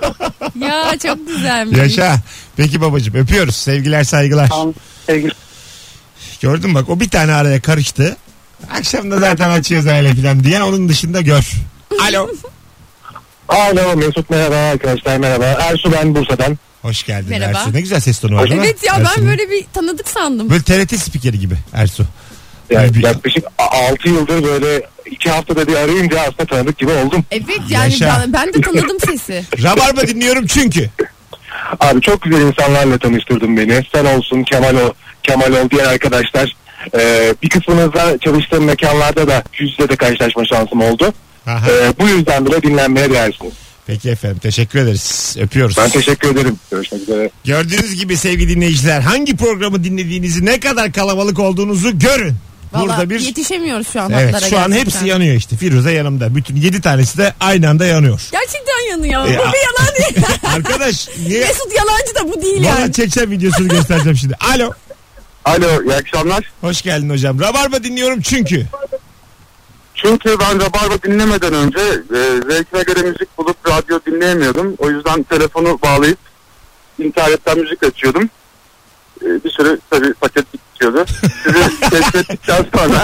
[SPEAKER 3] ya çok güzelmiş.
[SPEAKER 2] Yaşa. Peki babacığım öpüyoruz. Sevgiler saygılar.
[SPEAKER 9] Tamam. Sevgili
[SPEAKER 2] Gördün mü bak o bir tane araya karıştı. Akşam da zaten açıyoruz öyle filan diye onun dışında gör. Alo.
[SPEAKER 4] Alo Mesut merhaba arkadaşlar merhaba. Ersu ben Bursa'dan.
[SPEAKER 2] Hoş geldin
[SPEAKER 3] Merhaba.
[SPEAKER 2] Ersu. Ne güzel ses tonu var değil mi?
[SPEAKER 3] Evet ya ben
[SPEAKER 2] Ersu'nun.
[SPEAKER 3] böyle bir tanıdık sandım.
[SPEAKER 2] Böyle TRT spikeri gibi Ersu.
[SPEAKER 4] Yani
[SPEAKER 2] Bir-
[SPEAKER 4] yaklaşık 6 yıldır böyle 2 haftada bir arayınca aslında tanıdık gibi oldum.
[SPEAKER 3] Evet yani
[SPEAKER 2] Yaşa.
[SPEAKER 3] ben, ben de tanıdım sesi.
[SPEAKER 2] Rabarba dinliyorum çünkü.
[SPEAKER 4] Abi çok güzel insanlarla tanıştırdın beni. Sen olsun Kemal o Kemal ol diğer arkadaşlar. Ee, bir kısmınızla çalıştığım mekanlarda da yüz yüze de karşılaşma şansım oldu.
[SPEAKER 2] Aha.
[SPEAKER 4] Ee, bu yüzden bile dinlenmeye değersiniz.
[SPEAKER 2] Peki efendim teşekkür ederiz. Öpüyoruz.
[SPEAKER 4] Ben teşekkür ederim. Görüşmek üzere.
[SPEAKER 2] Gördüğünüz gibi sevgili dinleyiciler hangi programı dinlediğinizi ne kadar kalabalık olduğunuzu görün.
[SPEAKER 3] Valla
[SPEAKER 2] Burada bir
[SPEAKER 3] yetişemiyoruz şu an
[SPEAKER 2] Evet
[SPEAKER 3] hatlara
[SPEAKER 2] şu an
[SPEAKER 3] gerçekten.
[SPEAKER 2] hepsi yanıyor işte. Firuze yanımda. Bütün 7 tanesi de aynı anda
[SPEAKER 3] (laughs)
[SPEAKER 2] yanıyor.
[SPEAKER 3] Gerçekten yanıyor.
[SPEAKER 2] Ya.
[SPEAKER 3] Bu bir yalan değil.
[SPEAKER 2] Arkadaş (laughs) niye?
[SPEAKER 3] Mesut yalancı da bu değil yani.
[SPEAKER 2] Bana çekeceğim videosunu göstereceğim şimdi. Alo.
[SPEAKER 4] Alo (laughs) iyi akşamlar.
[SPEAKER 2] Hoş geldin hocam. Rabarba dinliyorum çünkü.
[SPEAKER 4] Çünkü ben Rabarba dinlemeden önce e, zevkime göre müzik bulup radyo dinleyemiyordum. O yüzden telefonu bağlayıp internetten müzik açıyordum. E, bir sürü tabii paket bitiyordu.
[SPEAKER 8] (laughs)
[SPEAKER 4] Sizi keşfettikten sonra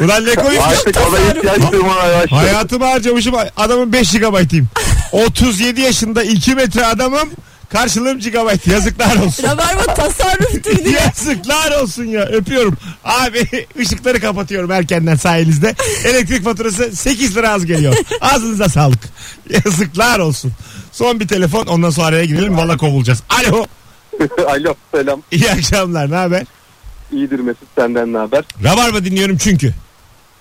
[SPEAKER 2] Ulan ne koyayım?
[SPEAKER 4] artık ona ihtiyaç duymaya başladım.
[SPEAKER 2] Hayatımı harcamışım adamın 5 GB'yim. 37 yaşında 2 metre adamım. Karşılığım GB. Yazıklar olsun. (laughs)
[SPEAKER 3] Rabarba tasarruftur diye.
[SPEAKER 2] Yazıklar olsun ya öpüyorum. Abi (laughs) ışıkları kapatıyorum erkenden sayenizde. Elektrik faturası 8 lira az geliyor. Ağzınıza sağlık. Yazıklar olsun. Son bir telefon ondan sonra araya girelim valla kovulacağız. Alo
[SPEAKER 4] Alo selam.
[SPEAKER 2] iyi akşamlar ne haber?
[SPEAKER 4] İyidir Mesut senden ne haber?
[SPEAKER 2] Rabarba dinliyorum çünkü.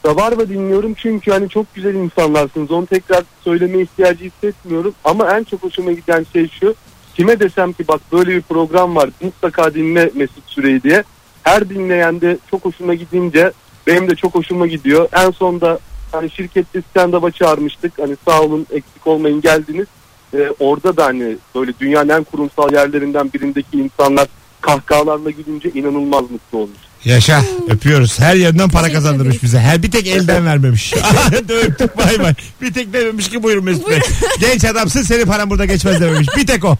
[SPEAKER 4] Rabarba dinliyorum çünkü hani çok güzel insanlarsınız. Onu tekrar söylemeye ihtiyacı hissetmiyorum. Ama en çok hoşuma giden şey şu. Kime desem ki bak böyle bir program var mutlaka dinle Mesut Süreyi diye. her dinleyende çok hoşuma gidince benim de çok hoşuma gidiyor. En son da hani şirkette stand-up'a çağırmıştık. Hani sağ olun eksik olmayın geldiniz. Ee, orada da hani böyle dünyanın en kurumsal yerlerinden birindeki insanlar kahkahalarla gülünce inanılmaz mutlu olmuş.
[SPEAKER 2] Yaşa öpüyoruz. Her yerinden para
[SPEAKER 3] Teşekkür
[SPEAKER 2] kazandırmış
[SPEAKER 3] ederiz.
[SPEAKER 2] bize. Her bir tek elden
[SPEAKER 3] (laughs)
[SPEAKER 2] vermemiş. (laughs) Hadi Öptük bay bay. Bir tek dememiş ki buyurun Mesut
[SPEAKER 3] (laughs)
[SPEAKER 2] Bey. Genç adamsın senin paran burada geçmez dememiş. Bir tek o.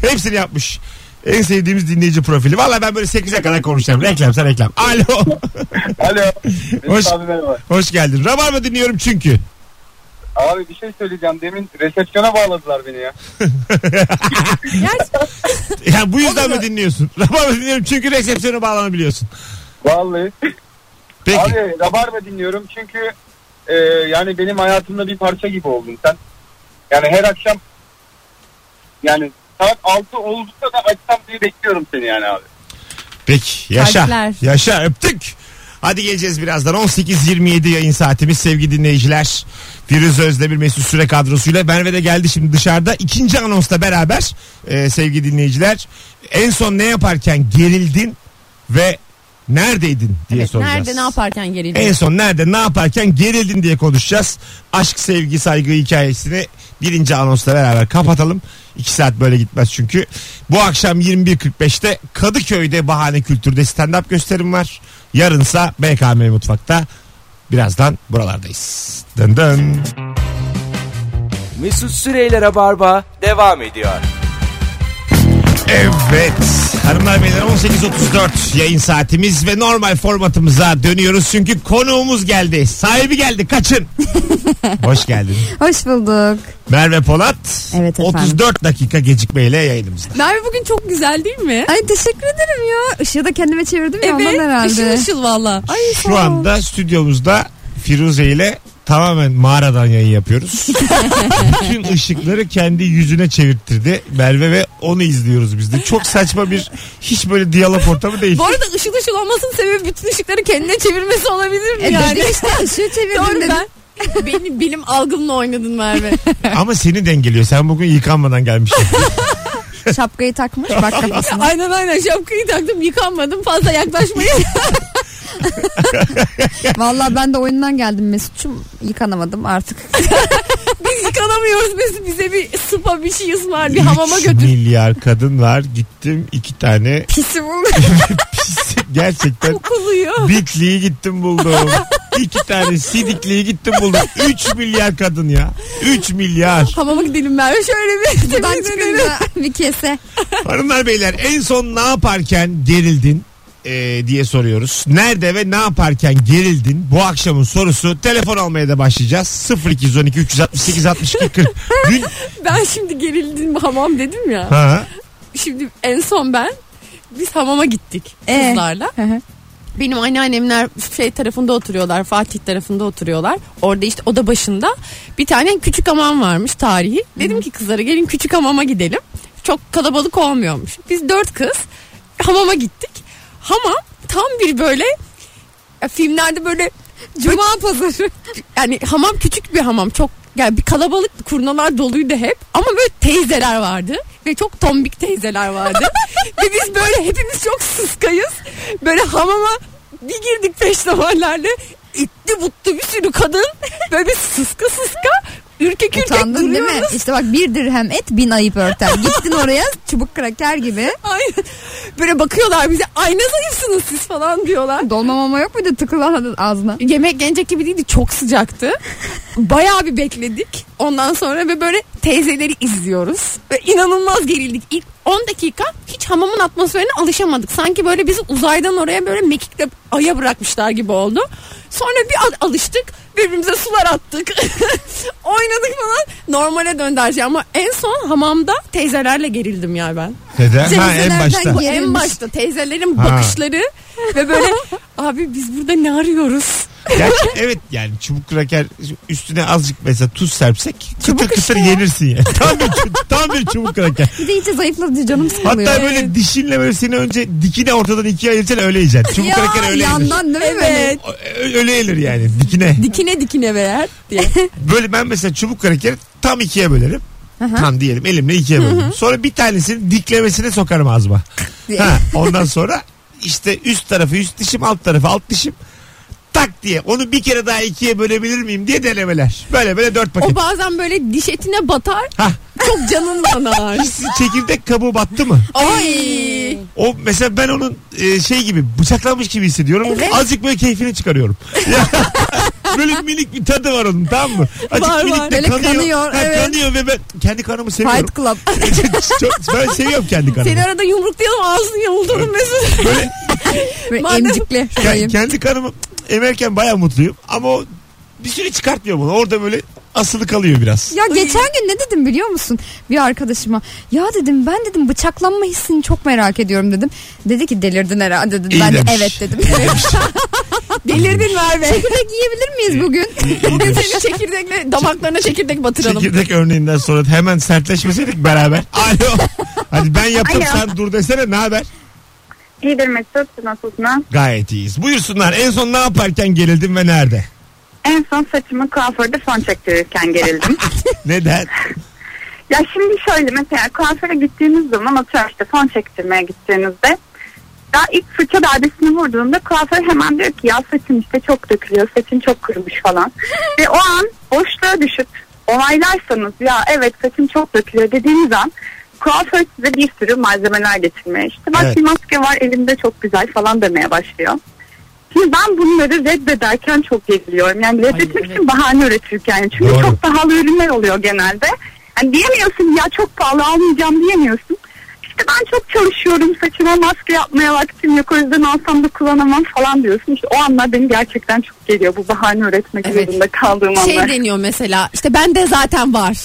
[SPEAKER 2] Hepsini yapmış. En sevdiğimiz dinleyici profili. Valla ben böyle 8'e kadar konuşacağım. Reklamsa reklam. Alo. (laughs)
[SPEAKER 10] Alo.
[SPEAKER 2] Hoş-
[SPEAKER 10] Hoş... Abi merhaba.
[SPEAKER 2] Hoş geldin. Rabarba dinliyorum çünkü.
[SPEAKER 10] Abi bir şey söyleyeceğim. Demin resepsiyona bağladılar beni ya.
[SPEAKER 2] Yani bu yüzden
[SPEAKER 3] Olur.
[SPEAKER 2] mi dinliyorsun? Rabarba dinliyorum çünkü resepsiyona bağlanabiliyorsun.
[SPEAKER 10] Vallahi.
[SPEAKER 2] Peki.
[SPEAKER 10] Abi Rabarba dinliyorum çünkü e, yani benim hayatımda bir parça gibi oldun sen. Yani her akşam yani saat 6 oldukça da açsam diye bekliyorum seni yani abi.
[SPEAKER 2] Peki yaşa.
[SPEAKER 3] Kalpler.
[SPEAKER 2] Yaşa öptük. Hadi geleceğiz birazdan 18.27 yayın saatimiz sevgili dinleyiciler. Firuz Özdemir Mesut Süre kadrosuyla Merve de geldi şimdi dışarıda. ikinci anonsla beraber e, sevgili dinleyiciler en son ne yaparken gerildin ve neredeydin diye
[SPEAKER 3] Evet,
[SPEAKER 2] soracağız.
[SPEAKER 3] nerede ne yaparken gerildin?
[SPEAKER 2] En son nerede ne yaparken gerildin diye konuşacağız. Aşk, sevgi, saygı hikayesini birinci anonsla beraber kapatalım. İki saat böyle gitmez çünkü. Bu akşam 21.45'te Kadıköy'de Bahane Kültür'de stand-up gösterim var. Yarınsa BKM Mutfak'ta. Birazdan buralardayız. Dın dın.
[SPEAKER 1] Mesut Süreyler'e barba devam ediyor.
[SPEAKER 2] Evet. Hanımlar beyler 18.34 yayın saatimiz ve normal formatımıza dönüyoruz. Çünkü konuğumuz geldi. Sahibi geldi. Kaçın. Hoş geldin.
[SPEAKER 11] Hoş bulduk.
[SPEAKER 2] Merve Polat
[SPEAKER 11] Evet efendim.
[SPEAKER 2] 34 dakika gecikmeyle yayınımızda.
[SPEAKER 3] Merve bugün çok güzel değil mi?
[SPEAKER 11] Ay teşekkür ederim ya. Işığı da kendime çevirdim ya ondan
[SPEAKER 3] Evet.
[SPEAKER 11] herhalde.
[SPEAKER 3] Işıl ışıl valla.
[SPEAKER 11] sağ ol.
[SPEAKER 2] Şu anda stüdyomuzda Firuze ile tamamen mağaradan yayın
[SPEAKER 3] (laughs)
[SPEAKER 2] yapıyoruz. Bütün ışıkları kendi yüzüne çevirttirdi Merve ve onu izliyoruz biz de. Çok saçma bir hiç böyle diyalog ortamı değil.
[SPEAKER 3] Bu arada ışıl ışıl olmasının sebebi bütün ışıkları kendine çevirmesi olabilir mi
[SPEAKER 11] E,
[SPEAKER 3] yani?
[SPEAKER 11] dedim işte
[SPEAKER 3] (laughs)
[SPEAKER 11] ışığı çevirdim
[SPEAKER 3] Doğru
[SPEAKER 11] dedim.
[SPEAKER 3] ben. Benim bilim algımla oynadın (laughs) Merve.
[SPEAKER 2] Ama seni dengeliyor. Sen bugün yıkanmadan gelmişsin.
[SPEAKER 11] (laughs) Şapkayı takmış
[SPEAKER 2] (laughs)
[SPEAKER 11] bak kafasına.
[SPEAKER 3] aynen aynen şapkayı taktım yıkanmadım fazla yaklaşmayın.
[SPEAKER 11] Valla ben de oyundan geldim Mesut'cum. Yıkanamadım
[SPEAKER 3] (laughs)
[SPEAKER 11] artık.
[SPEAKER 3] Biz yıkanamıyoruz biz bize bir spa bir şey ısmar (laughs) bir
[SPEAKER 2] Üç
[SPEAKER 3] hamama götür.
[SPEAKER 2] milyar kadın var. Gittim iki tane (laughs)
[SPEAKER 11] Pisi bu.
[SPEAKER 2] pis. Gerçekten
[SPEAKER 3] Kokuluyor.
[SPEAKER 2] Bitliği gittim buldum. İki tane sidikliği gittim buldum. 3 milyar kadın ya. 3 milyar.
[SPEAKER 3] Hamama gidelim Merve şöyle bir
[SPEAKER 11] Buradan
[SPEAKER 3] temiz edelim.
[SPEAKER 11] çıkınca (laughs) bir kese.
[SPEAKER 2] Hanımlar beyler en son ne yaparken gerildin Ee, diye soruyoruz. Nerede ve ne yaparken gerildin? Bu akşamın sorusu. Telefon almaya da başlayacağız. 0212 368 62 40. Dün...
[SPEAKER 3] Ben şimdi gerildim hamam dedim ya.
[SPEAKER 2] Ha.
[SPEAKER 3] Şimdi en son ben biz hamama gittik
[SPEAKER 11] Ee?
[SPEAKER 3] kızlarla.
[SPEAKER 11] Hı hı.
[SPEAKER 3] Benim anneannemler şey tarafında oturuyorlar. Fatih tarafında oturuyorlar. Orada işte oda başında bir tane küçük hamam varmış tarihi. Dedim ki kızlara gelin küçük hamama gidelim. Çok kalabalık olmuyormuş. Biz dört kız hamama gittik. Hamam tam bir böyle ya filmlerde böyle
[SPEAKER 11] Cuma pazarı.
[SPEAKER 3] yani hamam küçük bir hamam çok yani bir kalabalık kurnalar doluydu hep ama böyle teyzeler vardı ve çok tombik teyzeler vardı
[SPEAKER 11] (laughs)
[SPEAKER 3] ve biz böyle hepimiz çok sıskayız böyle hamama bir girdik peştemallerle itli butlu bir sürü kadın böyle bir sıska sıska ürkek ürkek
[SPEAKER 11] Utandın değil mi?
[SPEAKER 3] duruyoruz.
[SPEAKER 11] İşte bak bir dirhem et bin ayıp örter. Gittin oraya çubuk kraker gibi.
[SPEAKER 3] Aynen. Böyle bakıyorlar bize ay ne zayıfsınız siz falan diyorlar.
[SPEAKER 11] Dolma mama yok muydu tıkılan ağzına?
[SPEAKER 3] yemek gelecek gibi değildi çok sıcaktı. Bayağı bir bekledik. Ondan sonra ve böyle teyzeleri izliyoruz. Ve inanılmaz gerildik. İlk 10 dakika hiç hamamın atmosferine alışamadık. Sanki böyle bizi uzaydan oraya böyle mekikle aya bırakmışlar gibi oldu. Sonra bir al- alıştık. Birbirimize sular attık. (laughs) Oynadık falan. Normale döndü her şey. Ama en son hamamda teyzelerle gerildim ya ben.
[SPEAKER 2] Neden? Ha, en
[SPEAKER 11] Teyzelerden
[SPEAKER 2] başta.
[SPEAKER 11] gel-
[SPEAKER 3] En
[SPEAKER 11] Gerilmiş.
[SPEAKER 3] başta teyzelerin
[SPEAKER 2] Ha.
[SPEAKER 3] bakışları ve böyle abi biz burada ne arıyoruz?
[SPEAKER 2] Gerçi evet yani çubuk kraker üstüne azıcık mesela tuz serpsek
[SPEAKER 3] Çubuk
[SPEAKER 2] kıtır kıtır
[SPEAKER 3] işte ya.
[SPEAKER 2] yenirsin ya. Tam bir, tam bir çubuk kraker.
[SPEAKER 11] Bir de iyice zayıfladı canım sıkılıyor.
[SPEAKER 2] Hatta böyle dişinle böyle seni önce dikine ortadan ikiye ayıracaksın öyle yiyeceksin. Çubuk kraker öyle yenir.
[SPEAKER 11] yandan değil mi böyle?
[SPEAKER 3] Evet.
[SPEAKER 2] O- ö- Öyle yenir yani dikine.
[SPEAKER 3] Dikine dikine ver diye.
[SPEAKER 2] Böyle ben mesela çubuk krakeri tam ikiye bölerim. Tam diyelim elimle ikiye bölerim. Sonra bir tanesini diklemesine sokarım ağzıma. Ha, ondan sonra işte üst tarafı üst dişim alt tarafı alt dişim tak diye onu bir kere daha ikiye bölebilir miyim diye denemeler. Böyle böyle dört paket.
[SPEAKER 3] O bazen böyle diş etine batar.
[SPEAKER 2] Hah.
[SPEAKER 3] Çok canın yanar.
[SPEAKER 2] (laughs) Sizin çekirdek kabuğu battı mı?
[SPEAKER 3] Ay.
[SPEAKER 2] O mesela ben onun e, şey gibi bıçaklanmış gibi hissediyorum.
[SPEAKER 3] Evet.
[SPEAKER 2] Azıcık böyle keyfini çıkarıyorum. (laughs) Ya, böyle minik bir tadı var onun tamam mı? Azıcık
[SPEAKER 3] Var,
[SPEAKER 2] minik
[SPEAKER 3] var.
[SPEAKER 2] de
[SPEAKER 11] Böyle
[SPEAKER 2] kanıyor.
[SPEAKER 11] kanıyor,
[SPEAKER 2] Ha,
[SPEAKER 11] evet.
[SPEAKER 2] Kanıyor ve ben kendi kanımı seviyorum. (laughs)
[SPEAKER 11] Fight Club.
[SPEAKER 2] Çok, ben seviyorum kendi kanımı.
[SPEAKER 3] Seni arada yumruklayalım ağzını yamuldurdun Mesut.
[SPEAKER 2] Böyle
[SPEAKER 11] Böyle
[SPEAKER 3] Madem-
[SPEAKER 11] emcikli
[SPEAKER 2] ke-
[SPEAKER 11] şurayı.
[SPEAKER 2] kendi kanımı emerken baya mutluyum. Ama o bir süre çıkartmıyor bunu. Orada böyle asılı kalıyor biraz.
[SPEAKER 11] Ya geçen gün ne dedim biliyor musun? Bir arkadaşıma ya dedim ben dedim bıçaklanma hissini çok merak ediyorum dedim. Dedi ki delirdin herhalde dedim.
[SPEAKER 2] İyi
[SPEAKER 11] ben de
[SPEAKER 2] demiş.
[SPEAKER 11] evet dedim. (laughs) Delirdin Merve. Çekirdek yiyebilir miyiz bugün? (laughs)
[SPEAKER 3] Senin çekirdekle damaklarına çekirdek batıralım.
[SPEAKER 2] Çekirdek örneğinden sonra hemen sertleşmeseydik beraber. Alo. Hadi ben yaptım
[SPEAKER 6] Alo.
[SPEAKER 2] sen dur desene ne haber?
[SPEAKER 6] İyidir Mesut nasılsın?
[SPEAKER 2] Gayet iyiyiz. Buyursunlar en son ne yaparken gerildin ve nerede?
[SPEAKER 6] En son saçımı kuaförde fon çektirirken gerildim. (laughs)
[SPEAKER 2] Neden?
[SPEAKER 6] Ya şimdi şöyle mesela kuaföre gittiğiniz zaman atıyorum işte son çektirmeye gittiğinizde daha ilk fırça darbesini vurduğunda kuaför hemen diyor ki ya saçın işte çok dökülüyor saçın çok kurumuş falan. Ve o an boşluğa düşüp onaylarsanız ya evet saçım çok dökülüyor dediğiniz an kuaför size bir sürü malzemeler getirmeye işte bak
[SPEAKER 2] Evet.
[SPEAKER 6] bir maske var elimde çok güzel falan demeye başlıyor. Şimdi ben bunları reddederken çok geriliyorum. Yani reddetmek
[SPEAKER 3] evet.
[SPEAKER 6] için bahane üretirken. Yani çünkü
[SPEAKER 2] Doğru.
[SPEAKER 6] çok pahalı ürünler oluyor genelde. Yani diyemiyorsun ya çok pahalı almayacağım diyemiyorsun. İşte ben çok çalışıyorum saçıma maske yapmaya vaktim yok o yüzden alsam da kullanamam falan diyorsun. İşte o anlar beni gerçekten çok geliyor bu bahane üretmek
[SPEAKER 3] Evet.
[SPEAKER 6] zorunda kaldığım
[SPEAKER 3] Şey
[SPEAKER 6] anlar.
[SPEAKER 3] deniyor mesela işte bende zaten var.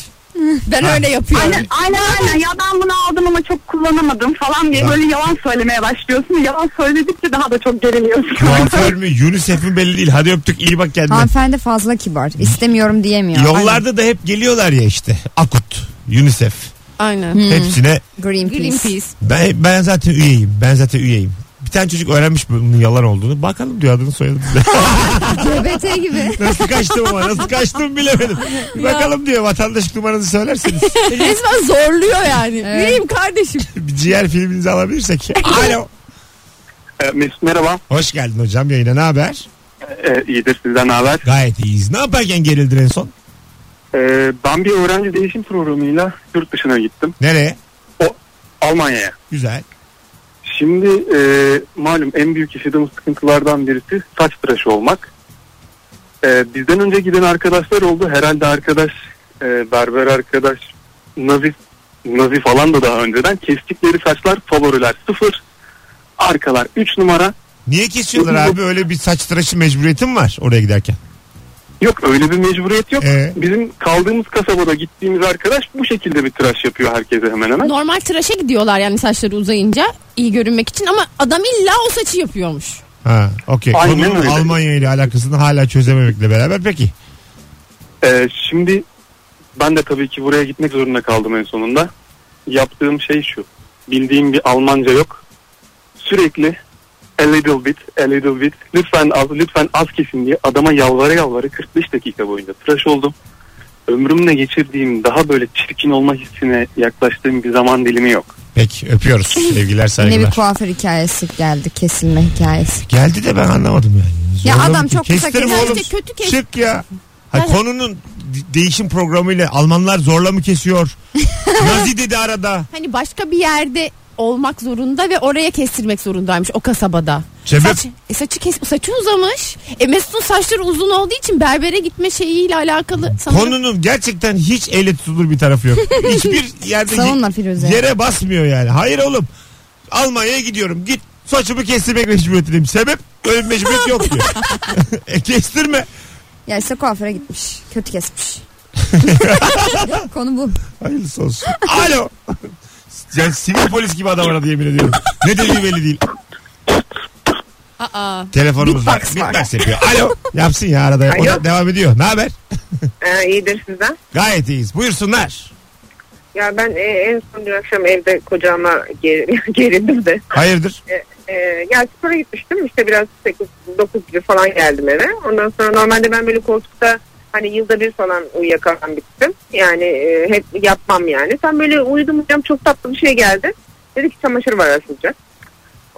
[SPEAKER 3] Ben öyle yapıyorum.
[SPEAKER 6] Aynen, aynen aynen ya ben bunu aldım ama çok kullanamadım falan diye böyle yalan söylemeye başlıyorsun. Yalan söyledikçe daha da çok geriliyorsun.
[SPEAKER 2] Kuaför mü? UNICEF mi belli değil. Hadi öptük iyi bak kendine.
[SPEAKER 11] Hanımefendi fazla kibar. İstemiyorum diyemiyor.
[SPEAKER 2] Yollarda da hep geliyorlar ya işte. Akut, UNICEF.
[SPEAKER 3] Aynen.
[SPEAKER 2] Hepsine
[SPEAKER 11] Green Greenpeace. (laughs)
[SPEAKER 3] Greenpeace.
[SPEAKER 2] ben, ben zaten üyeyim. Ben zaten üyeyim. Bir tane çocuk öğrenmiş bunun yalan olduğunu. Bakalım diyor adını soyadını.
[SPEAKER 11] GBT gibi.
[SPEAKER 2] nasıl kaçtım ama nasıl kaçtım bilemedim. Bakalım diyor vatandaşlık numaranızı söylerseniz.
[SPEAKER 3] Resmen zorluyor yani.
[SPEAKER 11] Evet.
[SPEAKER 3] Neyim kardeşim?
[SPEAKER 2] Bir ciğer filminizi alabilirsek. Alo.
[SPEAKER 4] E, Mesut merhaba. E,
[SPEAKER 2] Hoş geldin hocam yayına ne haber?
[SPEAKER 4] iyidir sizden ne haber?
[SPEAKER 2] Gayet iyiyiz. Ne yaparken gerildin en son?
[SPEAKER 4] Ee, ben bir öğrenci değişim programıyla yurt dışına gittim.
[SPEAKER 2] Nereye?
[SPEAKER 4] Almanya'ya.
[SPEAKER 2] Güzel.
[SPEAKER 4] Şimdi e, malum en büyük yaşadığımız sıkıntılardan birisi saç tıraşı olmak. E, bizden önce giden arkadaşlar oldu. Herhalde arkadaş, e, berber arkadaş, nazi, nazi falan da daha önceden kestikleri saçlar favoriler sıfır. Arkalar 3 numara.
[SPEAKER 2] Niye kesiyorlar abi öyle bir saç tıraşı mecburiyetin var oraya giderken?
[SPEAKER 4] Yok öyle bir mecburiyet yok.
[SPEAKER 2] Ee?
[SPEAKER 4] Bizim kaldığımız kasabada gittiğimiz arkadaş bu şekilde bir tıraş yapıyor herkese hemen hemen.
[SPEAKER 3] Normal tıraşa gidiyorlar yani saçları uzayınca iyi görünmek için ama adam illa o saçı yapıyormuş.
[SPEAKER 2] Ha, okey.
[SPEAKER 4] Aynen
[SPEAKER 2] Konunun
[SPEAKER 4] öyle.
[SPEAKER 2] Almanya ile alakasını hala çözememekle beraber peki.
[SPEAKER 4] Ee, şimdi ben de tabii ki buraya gitmek zorunda kaldım en sonunda. Yaptığım şey şu. Bildiğim bir Almanca yok. Sürekli a little bit, a little bit. Lütfen az, lütfen az kesin diye adama yalvara yalvara 45 dakika boyunca tıraş oldum. Ömrümle geçirdiğim daha böyle çirkin olma hissine yaklaştığım bir zaman dilimi yok.
[SPEAKER 2] Peki
[SPEAKER 11] (laughs)
[SPEAKER 2] öpüyoruz. Sevgiler
[SPEAKER 11] Yine bir
[SPEAKER 2] saygılar.
[SPEAKER 11] kuaför hikayesi geldi. Kesilme hikayesi.
[SPEAKER 2] Geldi de ben anlamadım yani.
[SPEAKER 11] Ya
[SPEAKER 2] Zorla
[SPEAKER 11] adam
[SPEAKER 2] mı-
[SPEAKER 11] çok kısa
[SPEAKER 2] Kestirme
[SPEAKER 11] kesti.
[SPEAKER 2] oğlum.
[SPEAKER 3] İşte kötü kesti.
[SPEAKER 2] Çık ya. Ha,
[SPEAKER 3] Ben-
[SPEAKER 2] konunun de- değişim programıyla Almanlar zorla mı
[SPEAKER 11] (laughs)
[SPEAKER 2] kesiyor? Nazi dedi arada.
[SPEAKER 3] Hani başka bir yerde olmak zorunda ve oraya kestirmek zorundaymış o kasabada.
[SPEAKER 2] Sebep?
[SPEAKER 3] Saç, e, saçı kes, saçı uzamış. E Mesut'un saçları uzun olduğu için berbere gitme şeyiyle alakalı sanırım.
[SPEAKER 2] Konunun gerçekten hiç elle tutulur bir tarafı
[SPEAKER 11] (laughs)
[SPEAKER 2] yok. Hiçbir yerde
[SPEAKER 11] Savunma Firuze.
[SPEAKER 2] yere basmıyor yani. Hayır oğlum. Almanya'ya gidiyorum. Git saçımı kestirmek mecburiyetindeyim. Sebep öyle bir mecburiyet yok
[SPEAKER 11] (laughs)
[SPEAKER 2] diyor. (laughs) e, kestirme.
[SPEAKER 11] Ya işte kuaföre gitmiş.
[SPEAKER 2] (laughs)
[SPEAKER 11] Kötü kesmiş. Konu bu.
[SPEAKER 2] Hayırlısı olsun. Alo. (laughs) Yani sivil polis gibi adam aradı yemin ediyorum. Ne dediği belli değil.
[SPEAKER 3] Aa,
[SPEAKER 2] Telefonumuz var.
[SPEAKER 11] Bitbox var.
[SPEAKER 2] Bitbox yapıyor. Alo. Yapsın ya arada. O da
[SPEAKER 6] Alo.
[SPEAKER 2] devam ediyor. Ne haber?
[SPEAKER 6] Ee, iyidir sizden.
[SPEAKER 2] Gayet iyiyiz. Buyursunlar.
[SPEAKER 6] Ya ben e, en son dün akşam evde kocama ger- (laughs) gerildim de.
[SPEAKER 2] Hayırdır?
[SPEAKER 6] E, ya spora gitmiştim işte biraz 8-9 gibi falan geldim eve. Ondan sonra normalde ben böyle koltukta hani yılda bir falan uyuyakalan bittim. Yani e, hep yapmam yani. Sen böyle uyudum uyudum çok tatlı bir şey geldi. Dedi ki çamaşır var asılacak.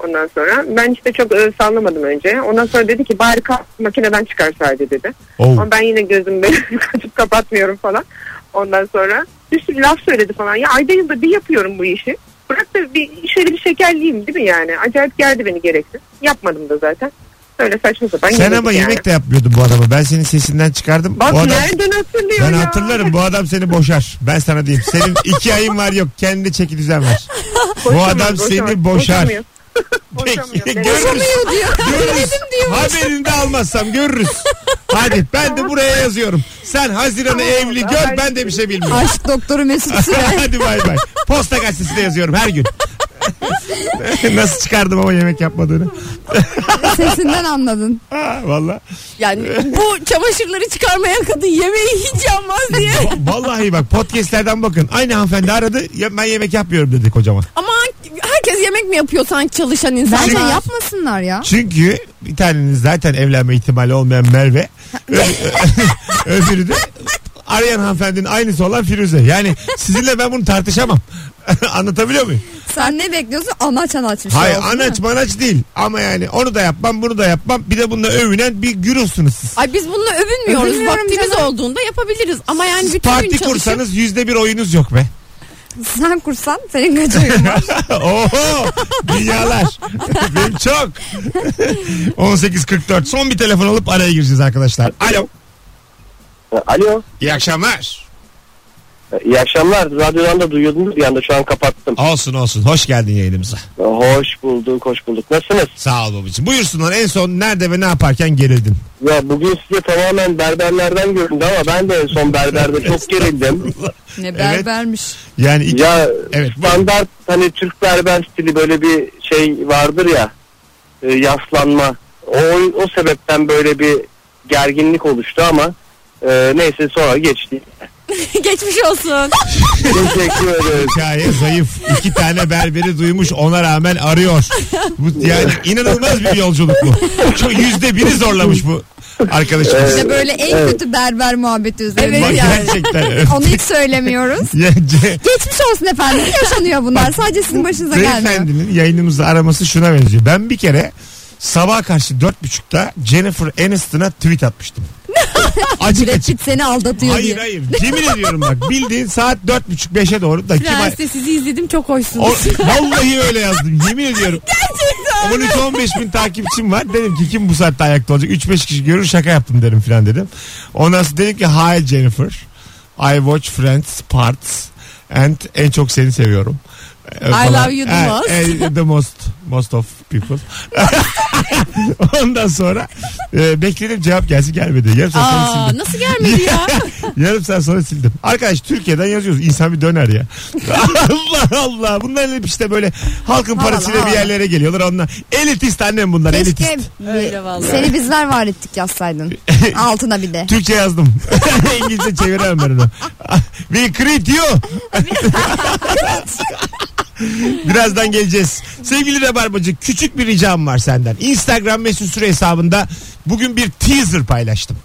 [SPEAKER 12] Ondan sonra ben işte çok e, sallamadım önce. Ondan sonra dedi ki bari kalk makineden çıkar sadece dedi.
[SPEAKER 2] Oh.
[SPEAKER 12] Ama ben yine gözümü (laughs) böyle açıp kapatmıyorum falan. Ondan sonra bir sürü laf söyledi falan. Ya ayda yılda bir yapıyorum bu işi. Bırak da bir şöyle bir şekerliyim değil mi yani? Acayip geldi beni gereksiz. Yapmadım da zaten. Öyle saçma sapan.
[SPEAKER 2] Sen
[SPEAKER 12] yemedik
[SPEAKER 2] ama
[SPEAKER 12] yani.
[SPEAKER 2] yemek de yapmıyordun bu adama. Ben senin sesinden çıkardım.
[SPEAKER 12] Bak
[SPEAKER 2] bu adam...
[SPEAKER 12] nereden hatırlıyor
[SPEAKER 2] Ben
[SPEAKER 12] ya?
[SPEAKER 2] hatırlarım bu adam seni boşar. Ben sana diyeyim. Senin iki ayın var yok. Kendi çeki düzen var. bu
[SPEAKER 12] Boşamıyor,
[SPEAKER 2] adam
[SPEAKER 12] boşamıyor.
[SPEAKER 2] seni boşar.
[SPEAKER 12] Boşamıyor. Boşamıyor.
[SPEAKER 2] (laughs) Peki, görürüz.
[SPEAKER 3] Boşamıyor diyor.
[SPEAKER 2] Görürüz.
[SPEAKER 3] Denedim diyor.
[SPEAKER 2] Haberini de almazsam görürüz. Hadi ben de buraya yazıyorum. Sen Haziran'ı evli gör ben de bir şey bilmiyorum. (laughs)
[SPEAKER 11] Aşk doktoru Mesut Süre.
[SPEAKER 2] Hadi bay bay. Posta gazetesine yazıyorum her gün. (laughs) Nasıl çıkardım ama yemek yapmadığını.
[SPEAKER 11] Sesinden anladın.
[SPEAKER 2] Ha, Valla.
[SPEAKER 3] Yani bu çamaşırları çıkarmayan kadın yemeği hiç yanmaz diye.
[SPEAKER 2] Va- Vallahi bak podcastlerden bakın. Aynı hanımefendi aradı. Ya ben yemek yapmıyorum dedi kocaman.
[SPEAKER 3] Ama herkes yemek mi yapıyor sanki çalışan insan?
[SPEAKER 11] Bence
[SPEAKER 3] Ha.
[SPEAKER 11] yapmasınlar ya.
[SPEAKER 2] Çünkü bir taneniz zaten evlenme ihtimali olmayan Merve. Ö- (laughs) ö- öbürü de arayan hanımefendinin aynısı olan Firuze. Yani sizinle ben bunu tartışamam. (laughs) Anlatabiliyor muyum?
[SPEAKER 11] Sen ne bekliyorsun? Anaç anaç bir şey
[SPEAKER 2] Hayır
[SPEAKER 11] olsun, değil
[SPEAKER 2] anaç
[SPEAKER 11] mi?
[SPEAKER 2] manaç değil. Ama yani onu da yapmam bunu da yapmam. Bir de bununla övünen bir gürülsünüz siz.
[SPEAKER 3] Ay biz bununla övünmüyoruz.
[SPEAKER 11] Övünmüyorum
[SPEAKER 3] Vaktimiz
[SPEAKER 11] canım.
[SPEAKER 3] olduğunda yapabiliriz. Ama yani bütün gün
[SPEAKER 2] Parti
[SPEAKER 3] çalışıp-
[SPEAKER 2] kursanız yüzde bir oyunuz yok be.
[SPEAKER 11] Sen kursan senin kaç oyun var?
[SPEAKER 2] (laughs) Oho dünyalar. (laughs) Benim çok. 18.44 son bir telefon alıp araya gireceğiz arkadaşlar. Alo.
[SPEAKER 4] Alo.
[SPEAKER 2] İyi akşamlar.
[SPEAKER 4] İyi akşamlar. Radyodan da duyuyordunuz bir anda şu an kapattım.
[SPEAKER 2] Olsun olsun. Hoş geldin yayınımıza.
[SPEAKER 4] Hoş bulduk, hoş bulduk. Nasılsınız?
[SPEAKER 2] Sağ ol babacığım. Buyursunlar en son nerede ve ne yaparken gerildin?
[SPEAKER 4] Ya bugün size tamamen berberlerden göründü ama ben de en son berberde çok gerildim.
[SPEAKER 2] (laughs)
[SPEAKER 11] ne (laughs) berbermiş.
[SPEAKER 2] Yani iki-
[SPEAKER 4] Ya
[SPEAKER 2] Evet,
[SPEAKER 4] standart hani Türk berber stili böyle bir şey vardır ya e, yaslanma. O, o sebepten böyle bir gerginlik oluştu ama e, neyse sonra
[SPEAKER 2] (laughs)
[SPEAKER 4] geçti.
[SPEAKER 3] Geçmiş olsun.
[SPEAKER 4] Teşekkür ederim.
[SPEAKER 2] hikaye zayıf. İki tane berberi duymuş ona rağmen arıyor. Bu, yani inanılmaz bir yolculuk bu. Şu yüzde biri zorlamış bu arkadaşımız.
[SPEAKER 11] İşte böyle en kötü berber muhabbeti üzerine.
[SPEAKER 2] Bak,
[SPEAKER 3] Evet yani.
[SPEAKER 2] gerçekten. öyle.
[SPEAKER 11] Onu hiç söylemiyoruz.
[SPEAKER 2] (laughs) Ya, ce-
[SPEAKER 11] Geçmiş olsun efendim. Yaşanıyor bunlar. Sadece sizin başınıza gelmiyor.
[SPEAKER 2] Beyefendinin yayınımızda araması şuna benziyor. Ben bir kere sabah karşı dört buçukta Jennifer Aniston'a tweet atmıştım.
[SPEAKER 11] (laughs)
[SPEAKER 2] Acık
[SPEAKER 11] Brad
[SPEAKER 2] açık.
[SPEAKER 11] Pitt seni aldatıyor
[SPEAKER 2] Hayır
[SPEAKER 11] diye.
[SPEAKER 2] hayır. Yemin ediyorum bak. Bildiğin saat dört buçuk beşe doğru da kim
[SPEAKER 3] Prens'te sizi izledim çok hoşsunuz.
[SPEAKER 2] O, vallahi öyle yazdım. Yemin
[SPEAKER 3] (laughs)
[SPEAKER 2] ediyorum. Gerçekten 13-15 bin takipçim var. Dedim ki kim bu saatte ayakta olacak? 3-5 kişi görür şaka yaptım derim filan dedim. Ondan sonra dedim ki hi Jennifer. I watch Friends parts and en çok seni seviyorum. I
[SPEAKER 3] love you the most.
[SPEAKER 2] the most. Most of
[SPEAKER 3] (laughs)
[SPEAKER 2] people. Ondan sonra e, bekledim cevap gelsin gelmedi. Yarım saat sonra sildim.
[SPEAKER 3] Aa, nasıl
[SPEAKER 11] (laughs)
[SPEAKER 3] gelmedi ya?
[SPEAKER 2] (laughs) Yarım saat sonra sildim. Arkadaş Türkiye'den yazıyoruz. İnsan bir döner ya. Allah Allah. Bunlar hep işte böyle halkın
[SPEAKER 11] Havalı,
[SPEAKER 2] parasıyla bir
[SPEAKER 11] havalı.
[SPEAKER 2] yerlere geliyorlar. Onlar elitist annem bunlar
[SPEAKER 11] Keşke
[SPEAKER 2] elitist.
[SPEAKER 3] Böyle vallahi.
[SPEAKER 11] seni bizler var ettik
[SPEAKER 2] (laughs)
[SPEAKER 11] yazsaydın. Altına bir de.
[SPEAKER 2] Türkçe yazdım. (laughs) İngilizce çeviremem ben onu. We create you. (laughs) Birazdan geleceğiz. Sevgili Rabarbacı küçük bir ricam var senden. Instagram mesut süre hesabında bugün bir teaser paylaştım.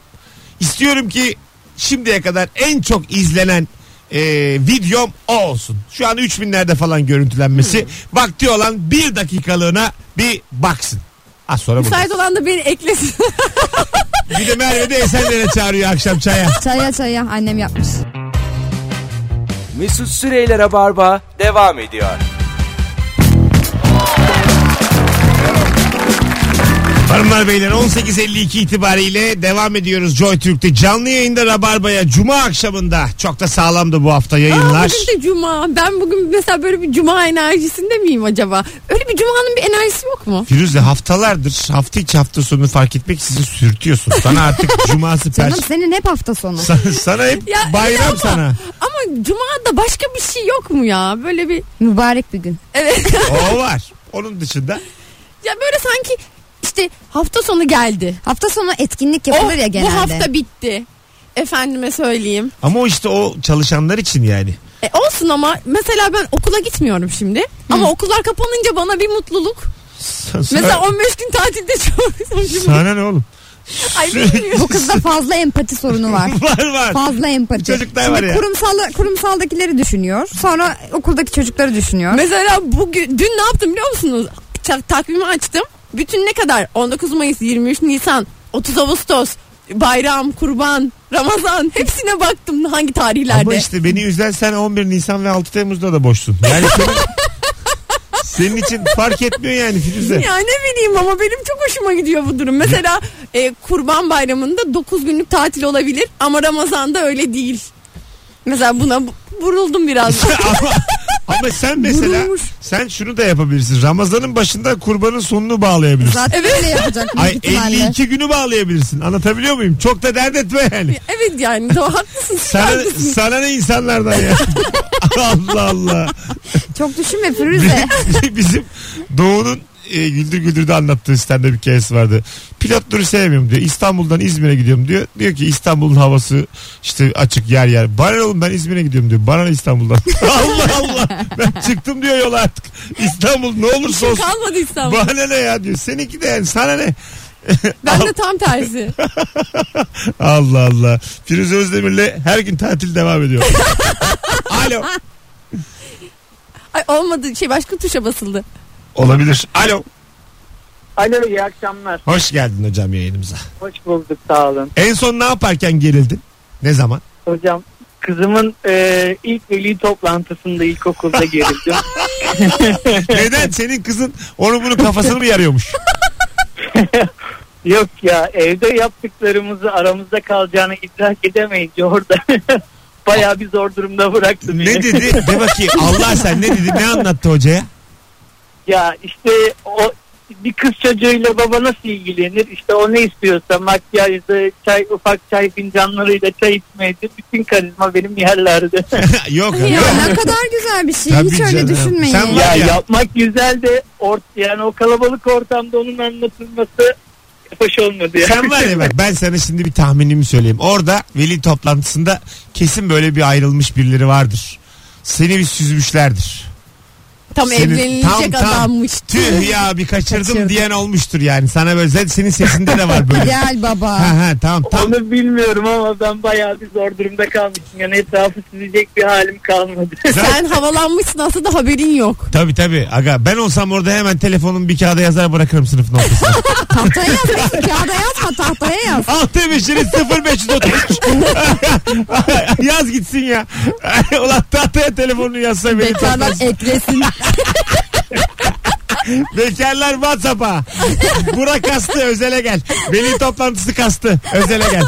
[SPEAKER 2] İstiyorum ki şimdiye kadar en çok izlenen e, videom o olsun. Şu an 3000'lerde falan görüntülenmesi. Vakti olan bir dakikalığına bir baksın. Az sonra burada.
[SPEAKER 3] Müsait olan da beni eklesin.
[SPEAKER 2] Bir de Merve de Esenler'e çağırıyor akşam çaya.
[SPEAKER 11] Çaya çaya annem yapmış.
[SPEAKER 1] Mesut Süreyler'e barba devam ediyor.
[SPEAKER 2] Hanımlar beyler 18.52 itibariyle devam ediyoruz Joy Türk'te. Canlı yayında Rabarba'ya Cuma akşamında çok da sağlamdı bu hafta
[SPEAKER 3] Aa,
[SPEAKER 2] yayınlar.
[SPEAKER 3] bugün de cuma. Ben bugün mesela böyle bir cuma enerjisinde miyim acaba? Öyle bir cumanın bir enerjisi yok mu?
[SPEAKER 2] Firuze haftalardır hafta içi hafta sonu fark etmek sizi sürtüyorsun. Sana
[SPEAKER 3] (laughs)
[SPEAKER 2] artık Cuma'sı pers.
[SPEAKER 11] Canım senin hep hafta sonu.
[SPEAKER 2] Sa- sana hep
[SPEAKER 3] Ya, öyle
[SPEAKER 2] bayram
[SPEAKER 3] ama-
[SPEAKER 2] sana.
[SPEAKER 3] Ama cuma da başka bir şey yok mu ya? Böyle bir
[SPEAKER 11] Mübarek bir gün.
[SPEAKER 3] evet.
[SPEAKER 2] O var. Onun dışında
[SPEAKER 3] ya böyle sanki işte hafta sonu geldi.
[SPEAKER 11] Hafta sonu etkinlik yapılır
[SPEAKER 3] Oh,
[SPEAKER 11] ya genelde.
[SPEAKER 3] Bu hafta bitti. Efendime söyleyeyim.
[SPEAKER 2] ama o işte o çalışanlar için yani.
[SPEAKER 3] E olsun ama mesela ben okula gitmiyorum şimdi. Ama okullar kapanınca bana bir mutluluk.
[SPEAKER 2] Sa- sa-
[SPEAKER 3] Mesela 15 gün tatilde (laughs) çok
[SPEAKER 2] sana ne oğlum?
[SPEAKER 3] Ay şey bilmiyorum.
[SPEAKER 11] Bu kızda fazla empati
[SPEAKER 2] (laughs)
[SPEAKER 11] sorunu var.
[SPEAKER 2] var var.
[SPEAKER 11] Fazla empati.
[SPEAKER 2] Çocuklar
[SPEAKER 11] Şimdi
[SPEAKER 2] var ya.
[SPEAKER 11] kurumsal, kurumsaldakileri düşünüyor. Sonra okuldaki çocukları düşünüyor.
[SPEAKER 3] Mesela bugün dün ne yaptım biliyor musunuz? ta- takvimi açtım. Bütün ne kadar 19 Mayıs, 23 Nisan, 30 Ağustos, bayram, kurban, Ramazan hepsine baktım hangi tarihlerde.
[SPEAKER 2] Ama işte beni üzen sen 11 Nisan ve 6 Temmuz'da da boşsun. Yani senin, senin için fark etmiyor yani Firuze.
[SPEAKER 3] Ya ne bileyim ama benim çok hoşuma gidiyor bu durum. Mesela e, Kurban Bayramı'nda 9 günlük tatil olabilir ama Ramazan'da öyle değil. Mesela buna bu- vuruldum (laughs)
[SPEAKER 2] (laughs)
[SPEAKER 3] biraz.
[SPEAKER 2] ama, ama sen mesela sen şunu da yapabilirsin. Ramazan'ın başında kurbanın sonunu bağlayabilirsin.
[SPEAKER 11] Zaten
[SPEAKER 3] Evet.
[SPEAKER 11] öyle yapacak büyük
[SPEAKER 2] Ay
[SPEAKER 11] ihtimalle.
[SPEAKER 2] 52 günü bağlayabilirsin. Anlatabiliyor muyum? Çok da dert etme yani.
[SPEAKER 3] evet yani doğru haklısın.
[SPEAKER 2] Sana,
[SPEAKER 3] haklısın.
[SPEAKER 2] sana ne insanlardan ya? (laughs) Allah Allah.
[SPEAKER 11] Çok düşünme Firuze.
[SPEAKER 2] Bizim (laughs) Doğu'nun e, güldür güldür'de anlattığı stand-up hikayesi vardı. Pilotları sevmiyorum diyor. İstanbul'dan İzmir'e gidiyorum diyor. Diyor ki İstanbul'un havası işte açık yer yer. Bana ne oğlum ben İzmir'e gidiyorum diyor. Bana ne İstanbul'dan. (laughs) Allah Allah. Ben çıktım diyor yola artık. İstanbul ne olursa
[SPEAKER 3] Hiçbir
[SPEAKER 2] olsun.
[SPEAKER 3] kalmadı İstanbul.
[SPEAKER 2] Bana ne ya diyor. Seninki de yani sana ne.
[SPEAKER 3] Ben de tam tersi.
[SPEAKER 2] Allah Allah. Firuze Özdemir'le her gün tatil devam ediyor. Alo.
[SPEAKER 3] Ay olmadı şey başka tuşa basıldı.
[SPEAKER 2] Olabilir. Alo.
[SPEAKER 9] Alo iyi akşamlar.
[SPEAKER 2] Hoş geldin hocam yayınımıza.
[SPEAKER 9] Hoş bulduk sağ olun.
[SPEAKER 2] En son ne yaparken gerildin? Ne zaman?
[SPEAKER 9] Hocam kızımın e, ilk veli toplantısında
[SPEAKER 2] (laughs)
[SPEAKER 9] ilkokulda gerildim.
[SPEAKER 2] Neden? Senin kızın onu bunu kafasını mı yarıyormuş?
[SPEAKER 9] Yok ya evde yaptıklarımızı aramızda kalacağını idrak edemeyince orada (laughs) bayağı bir zor durumda bıraktı beni.
[SPEAKER 2] Ne dedi? De bakayım Allah sen ne dedi? Ne anlattı hocaya? (laughs)
[SPEAKER 9] Ya işte o bir kız çocuğuyla baba nasıl ilgilenir? İşte o ne istiyorsa makyajda çay ufak çay fincanlarıyla çay içmeydi. Bütün karizma benim yerlerde.
[SPEAKER 2] Yok.
[SPEAKER 11] ya
[SPEAKER 2] yok.
[SPEAKER 11] ne kadar güzel bir şey.
[SPEAKER 2] Tabii
[SPEAKER 11] Hiç öyle
[SPEAKER 2] canım.
[SPEAKER 11] düşünmeyin.
[SPEAKER 2] Sen
[SPEAKER 9] (laughs) ya
[SPEAKER 2] var ya.
[SPEAKER 9] yapmak güzel de ort yani o kalabalık ortamda onun anlatılması hoş olmadı. Yani.
[SPEAKER 2] Sen var ya bak ben sana şimdi bir tahminimi söyleyeyim. Orada veli toplantısında kesin böyle bir ayrılmış birileri vardır. Seni bir süzmüşlerdir.
[SPEAKER 3] Tam
[SPEAKER 2] Seni-
[SPEAKER 3] evlenilecek
[SPEAKER 2] tam, tam.
[SPEAKER 3] adammış.
[SPEAKER 2] Tüh ya bir kaçırdım,
[SPEAKER 11] Kaçırdım.
[SPEAKER 2] diyen olmuştur yani. Sana böyle zaten senin sesinde de var
[SPEAKER 11] (laughs)
[SPEAKER 2] böyle.
[SPEAKER 11] Gel baba.
[SPEAKER 2] ha ha tamam tam.
[SPEAKER 9] (laughs) Onu bilmiyorum ama ben bayağı bir zor durumda kalmıştım. Yani etrafı süzecek bir halim kalmadı. (laughs)
[SPEAKER 3] Sen havalanmışsın aslında haberin yok.
[SPEAKER 2] Tabii tabii. Aga ben olsam orada hemen telefonum bir kağıda yazar bırakırım sınıfın ortasına.
[SPEAKER 11] Tahtaya yaz. Mesut, Kağıda yazma tahtaya yaz.
[SPEAKER 2] Altı beşini 0533. (laughs) Yaz gitsin ya. (laughs) Ulan tahtaya telefonunu yazsa beni
[SPEAKER 11] Tekrardan
[SPEAKER 2] tanımaz.
[SPEAKER 11] eklesin.
[SPEAKER 2] Bekarlar Whatsapp'a. Burak kastı özele gel. Veli toplantısı kastı özele
[SPEAKER 3] (laughs)
[SPEAKER 2] gel.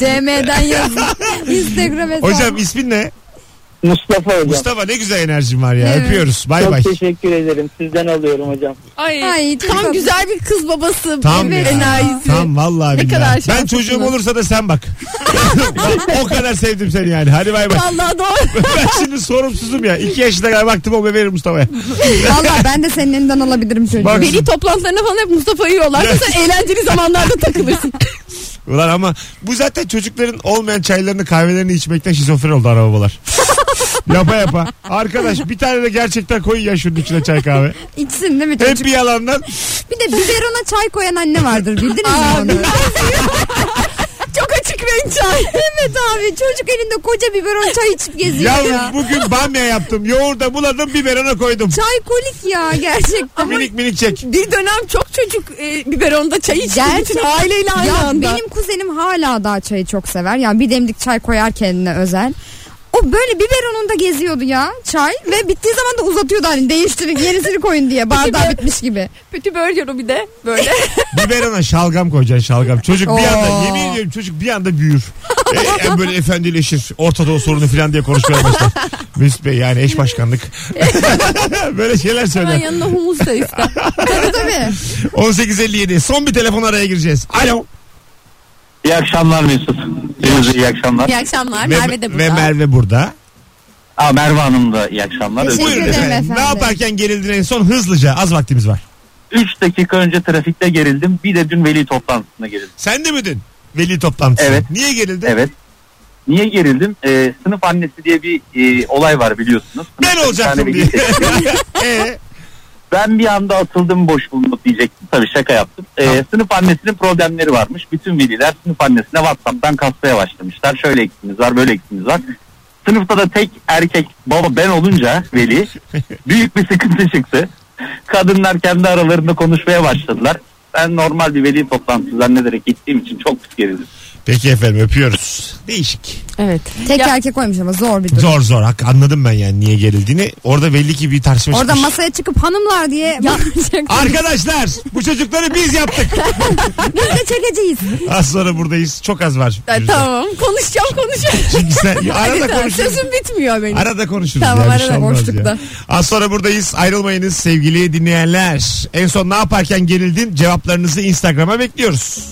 [SPEAKER 11] DM'den yazın. Instagram hesabı.
[SPEAKER 2] Hocam ismin ne?
[SPEAKER 9] Mustafa hocam.
[SPEAKER 2] Mustafa ne güzel enerjin var ya.
[SPEAKER 11] Evet.
[SPEAKER 2] Öpüyoruz. Bay
[SPEAKER 9] Çok
[SPEAKER 2] bay.
[SPEAKER 9] teşekkür ederim. Sizden alıyorum hocam.
[SPEAKER 3] Ay,
[SPEAKER 11] Ay, çok
[SPEAKER 3] tam
[SPEAKER 11] tatlı.
[SPEAKER 3] güzel bir kız babası.
[SPEAKER 2] Tam
[SPEAKER 3] evet,
[SPEAKER 2] ya.
[SPEAKER 3] enerjisi.
[SPEAKER 2] Tam vallahi
[SPEAKER 3] Ne
[SPEAKER 2] billahi.
[SPEAKER 3] kadar
[SPEAKER 2] ben
[SPEAKER 3] şanslısınız.
[SPEAKER 2] çocuğum olursa da sen bak. (laughs) o kadar sevdim seni yani. Hadi bay bay.
[SPEAKER 3] Vallahi doğru.
[SPEAKER 2] (laughs) ben şimdi sorumsuzum ya. İki yaşında kadar baktım o bebeğim Mustafa'ya.
[SPEAKER 11] Valla ben de senin elinden alabilirim çocuğu.
[SPEAKER 2] Bak-
[SPEAKER 3] Veli toplantılarına falan hep Mustafa'yı yollar.
[SPEAKER 2] Ya.
[SPEAKER 3] Sen eğlenceli zamanlarda takılırsın.
[SPEAKER 2] Ulan ama bu zaten çocukların olmayan çaylarını kahvelerini içmekten şizofren oldu
[SPEAKER 11] (laughs)
[SPEAKER 2] arabalar. yapa yapa. Arkadaş bir tane de gerçekten koyun ya şunun içine çay kahve.
[SPEAKER 11] İçsin değil mi
[SPEAKER 2] Hep
[SPEAKER 11] çocuk?
[SPEAKER 2] bir yalandan.
[SPEAKER 11] Bir de biberona çay koyan anne vardır bildiniz mi onu?
[SPEAKER 3] (laughs) Çok açık renk çay.
[SPEAKER 11] Evet abi çocuk elinde koca biberon çay içip geziyor ya.
[SPEAKER 2] Yavrum bugün bamya yaptım. Yoğurda buladım biberona koydum.
[SPEAKER 11] Çay kolik ya gerçekten.
[SPEAKER 2] minik minik çek.
[SPEAKER 3] (laughs) Bir dönem çok çocuk e, biberonda çay içtiği için
[SPEAKER 11] Gerçekten.
[SPEAKER 3] aileyle aynı
[SPEAKER 11] ya
[SPEAKER 3] anda.
[SPEAKER 11] benim kuzenim hala daha çayı çok sever. Yani bir demlik çay koyar kendine özel. O böyle biberonunda geziyordu ya çay ve bittiği zaman da uzatıyordu hani değiştirin yenisini koyun
[SPEAKER 3] (laughs)
[SPEAKER 11] diye bardağı bitmiş gibi.
[SPEAKER 3] Kötü börüyorum bir de (laughs) böyle.
[SPEAKER 2] Biberona şalgam koyacaksın şalgam. Çocuk bir anda
[SPEAKER 11] Oo.
[SPEAKER 2] yemin ediyorum çocuk bir anda büyür. E, e, böyle efendileşir. Orta Doğu sorunu falan diye konuşmaya
[SPEAKER 11] (laughs)
[SPEAKER 2] başlar. Mesut Bey yani eş başkanlık. böyle şeyler
[SPEAKER 3] Hemen
[SPEAKER 2] söyler.
[SPEAKER 3] yanına humus da ister.
[SPEAKER 11] tabii tabii.
[SPEAKER 2] 18.57 son bir telefon araya gireceğiz. Alo.
[SPEAKER 10] İyi akşamlar Mesut. Deniz iyi
[SPEAKER 3] (laughs)
[SPEAKER 10] akşamlar.
[SPEAKER 3] İyi akşamlar.
[SPEAKER 2] Ve-
[SPEAKER 3] Merve de
[SPEAKER 2] Ve
[SPEAKER 3] burada.
[SPEAKER 2] Merve burada.
[SPEAKER 10] Aa, Merve Hanım da iyi akşamlar.
[SPEAKER 11] Teşekkür
[SPEAKER 10] Özür
[SPEAKER 2] Buyurun
[SPEAKER 10] dilerim.
[SPEAKER 11] ederim
[SPEAKER 2] efendim. Ne
[SPEAKER 11] efendim.
[SPEAKER 2] yaparken gerildin en son hızlıca az vaktimiz var.
[SPEAKER 10] 3 dakika önce trafikte gerildim. Bir de dün veli toplantısına gerildim.
[SPEAKER 2] Sen de mi dün? Veli toplantısı.
[SPEAKER 10] Evet.
[SPEAKER 2] Niye gerildin?
[SPEAKER 10] Evet. Niye gerildim? Ee, sınıf annesi diye bir e, olay var biliyorsunuz.
[SPEAKER 2] Ben
[SPEAKER 10] Sınıfta bir
[SPEAKER 2] olacaktım
[SPEAKER 10] tane
[SPEAKER 2] diye.
[SPEAKER 10] veli seçti.
[SPEAKER 2] (laughs) Ee,
[SPEAKER 10] ben bir anda atıldım boş bulunup diyecektim. Tabii şaka yaptım. Ee, Sınıf annesinin problemleri varmış. Bütün veliler sınıf annesine Whatsapp'tan kasmaya başlamışlar. Şöyle eksiğimiz var böyle eksiğimiz var. Sınıfta da tek erkek baba ben olunca veli büyük bir sıkıntı çıktı. Kadınlar kendi aralarında konuşmaya başladılar. Ben normal bir veli toplantısı zannederek gittiğim için çok pis gerildim.
[SPEAKER 2] Peki efendim öpüyoruz. Değişik.
[SPEAKER 3] Evet.
[SPEAKER 11] Tek erkek koymuş ama zor bir durum.
[SPEAKER 2] Zor zor. Hak, anladım ben yani niye gerildiğini. Orada belli ki bir tartışma
[SPEAKER 11] Orada
[SPEAKER 2] çıkmış.
[SPEAKER 11] masaya çıkıp hanımlar diye bağıracaktım.
[SPEAKER 2] Arkadaşlar bu çocukları biz
[SPEAKER 3] (laughs)
[SPEAKER 2] yaptık.
[SPEAKER 11] (laughs) Biz de çekeceğiz.
[SPEAKER 2] Az sonra buradayız. Çok az var.
[SPEAKER 3] Ay,
[SPEAKER 2] virüsten.
[SPEAKER 3] tamam konuşacağım konuşacağım.
[SPEAKER 2] Çünkü
[SPEAKER 3] (laughs)
[SPEAKER 2] sen- Ya arada
[SPEAKER 3] Hadi tamam,
[SPEAKER 2] konuşuruz.
[SPEAKER 3] Sözüm bitmiyor benim.
[SPEAKER 2] Arada konuşuruz.
[SPEAKER 3] Tamam
[SPEAKER 2] ya, bir şey
[SPEAKER 3] arada
[SPEAKER 2] olmaz
[SPEAKER 3] boşlukta.
[SPEAKER 2] ya. Az sonra buradayız. Ayrılmayınız sevgili dinleyenler. En son ne yaparken gerildin? Cevaplarınızı Instagram'a bekliyoruz.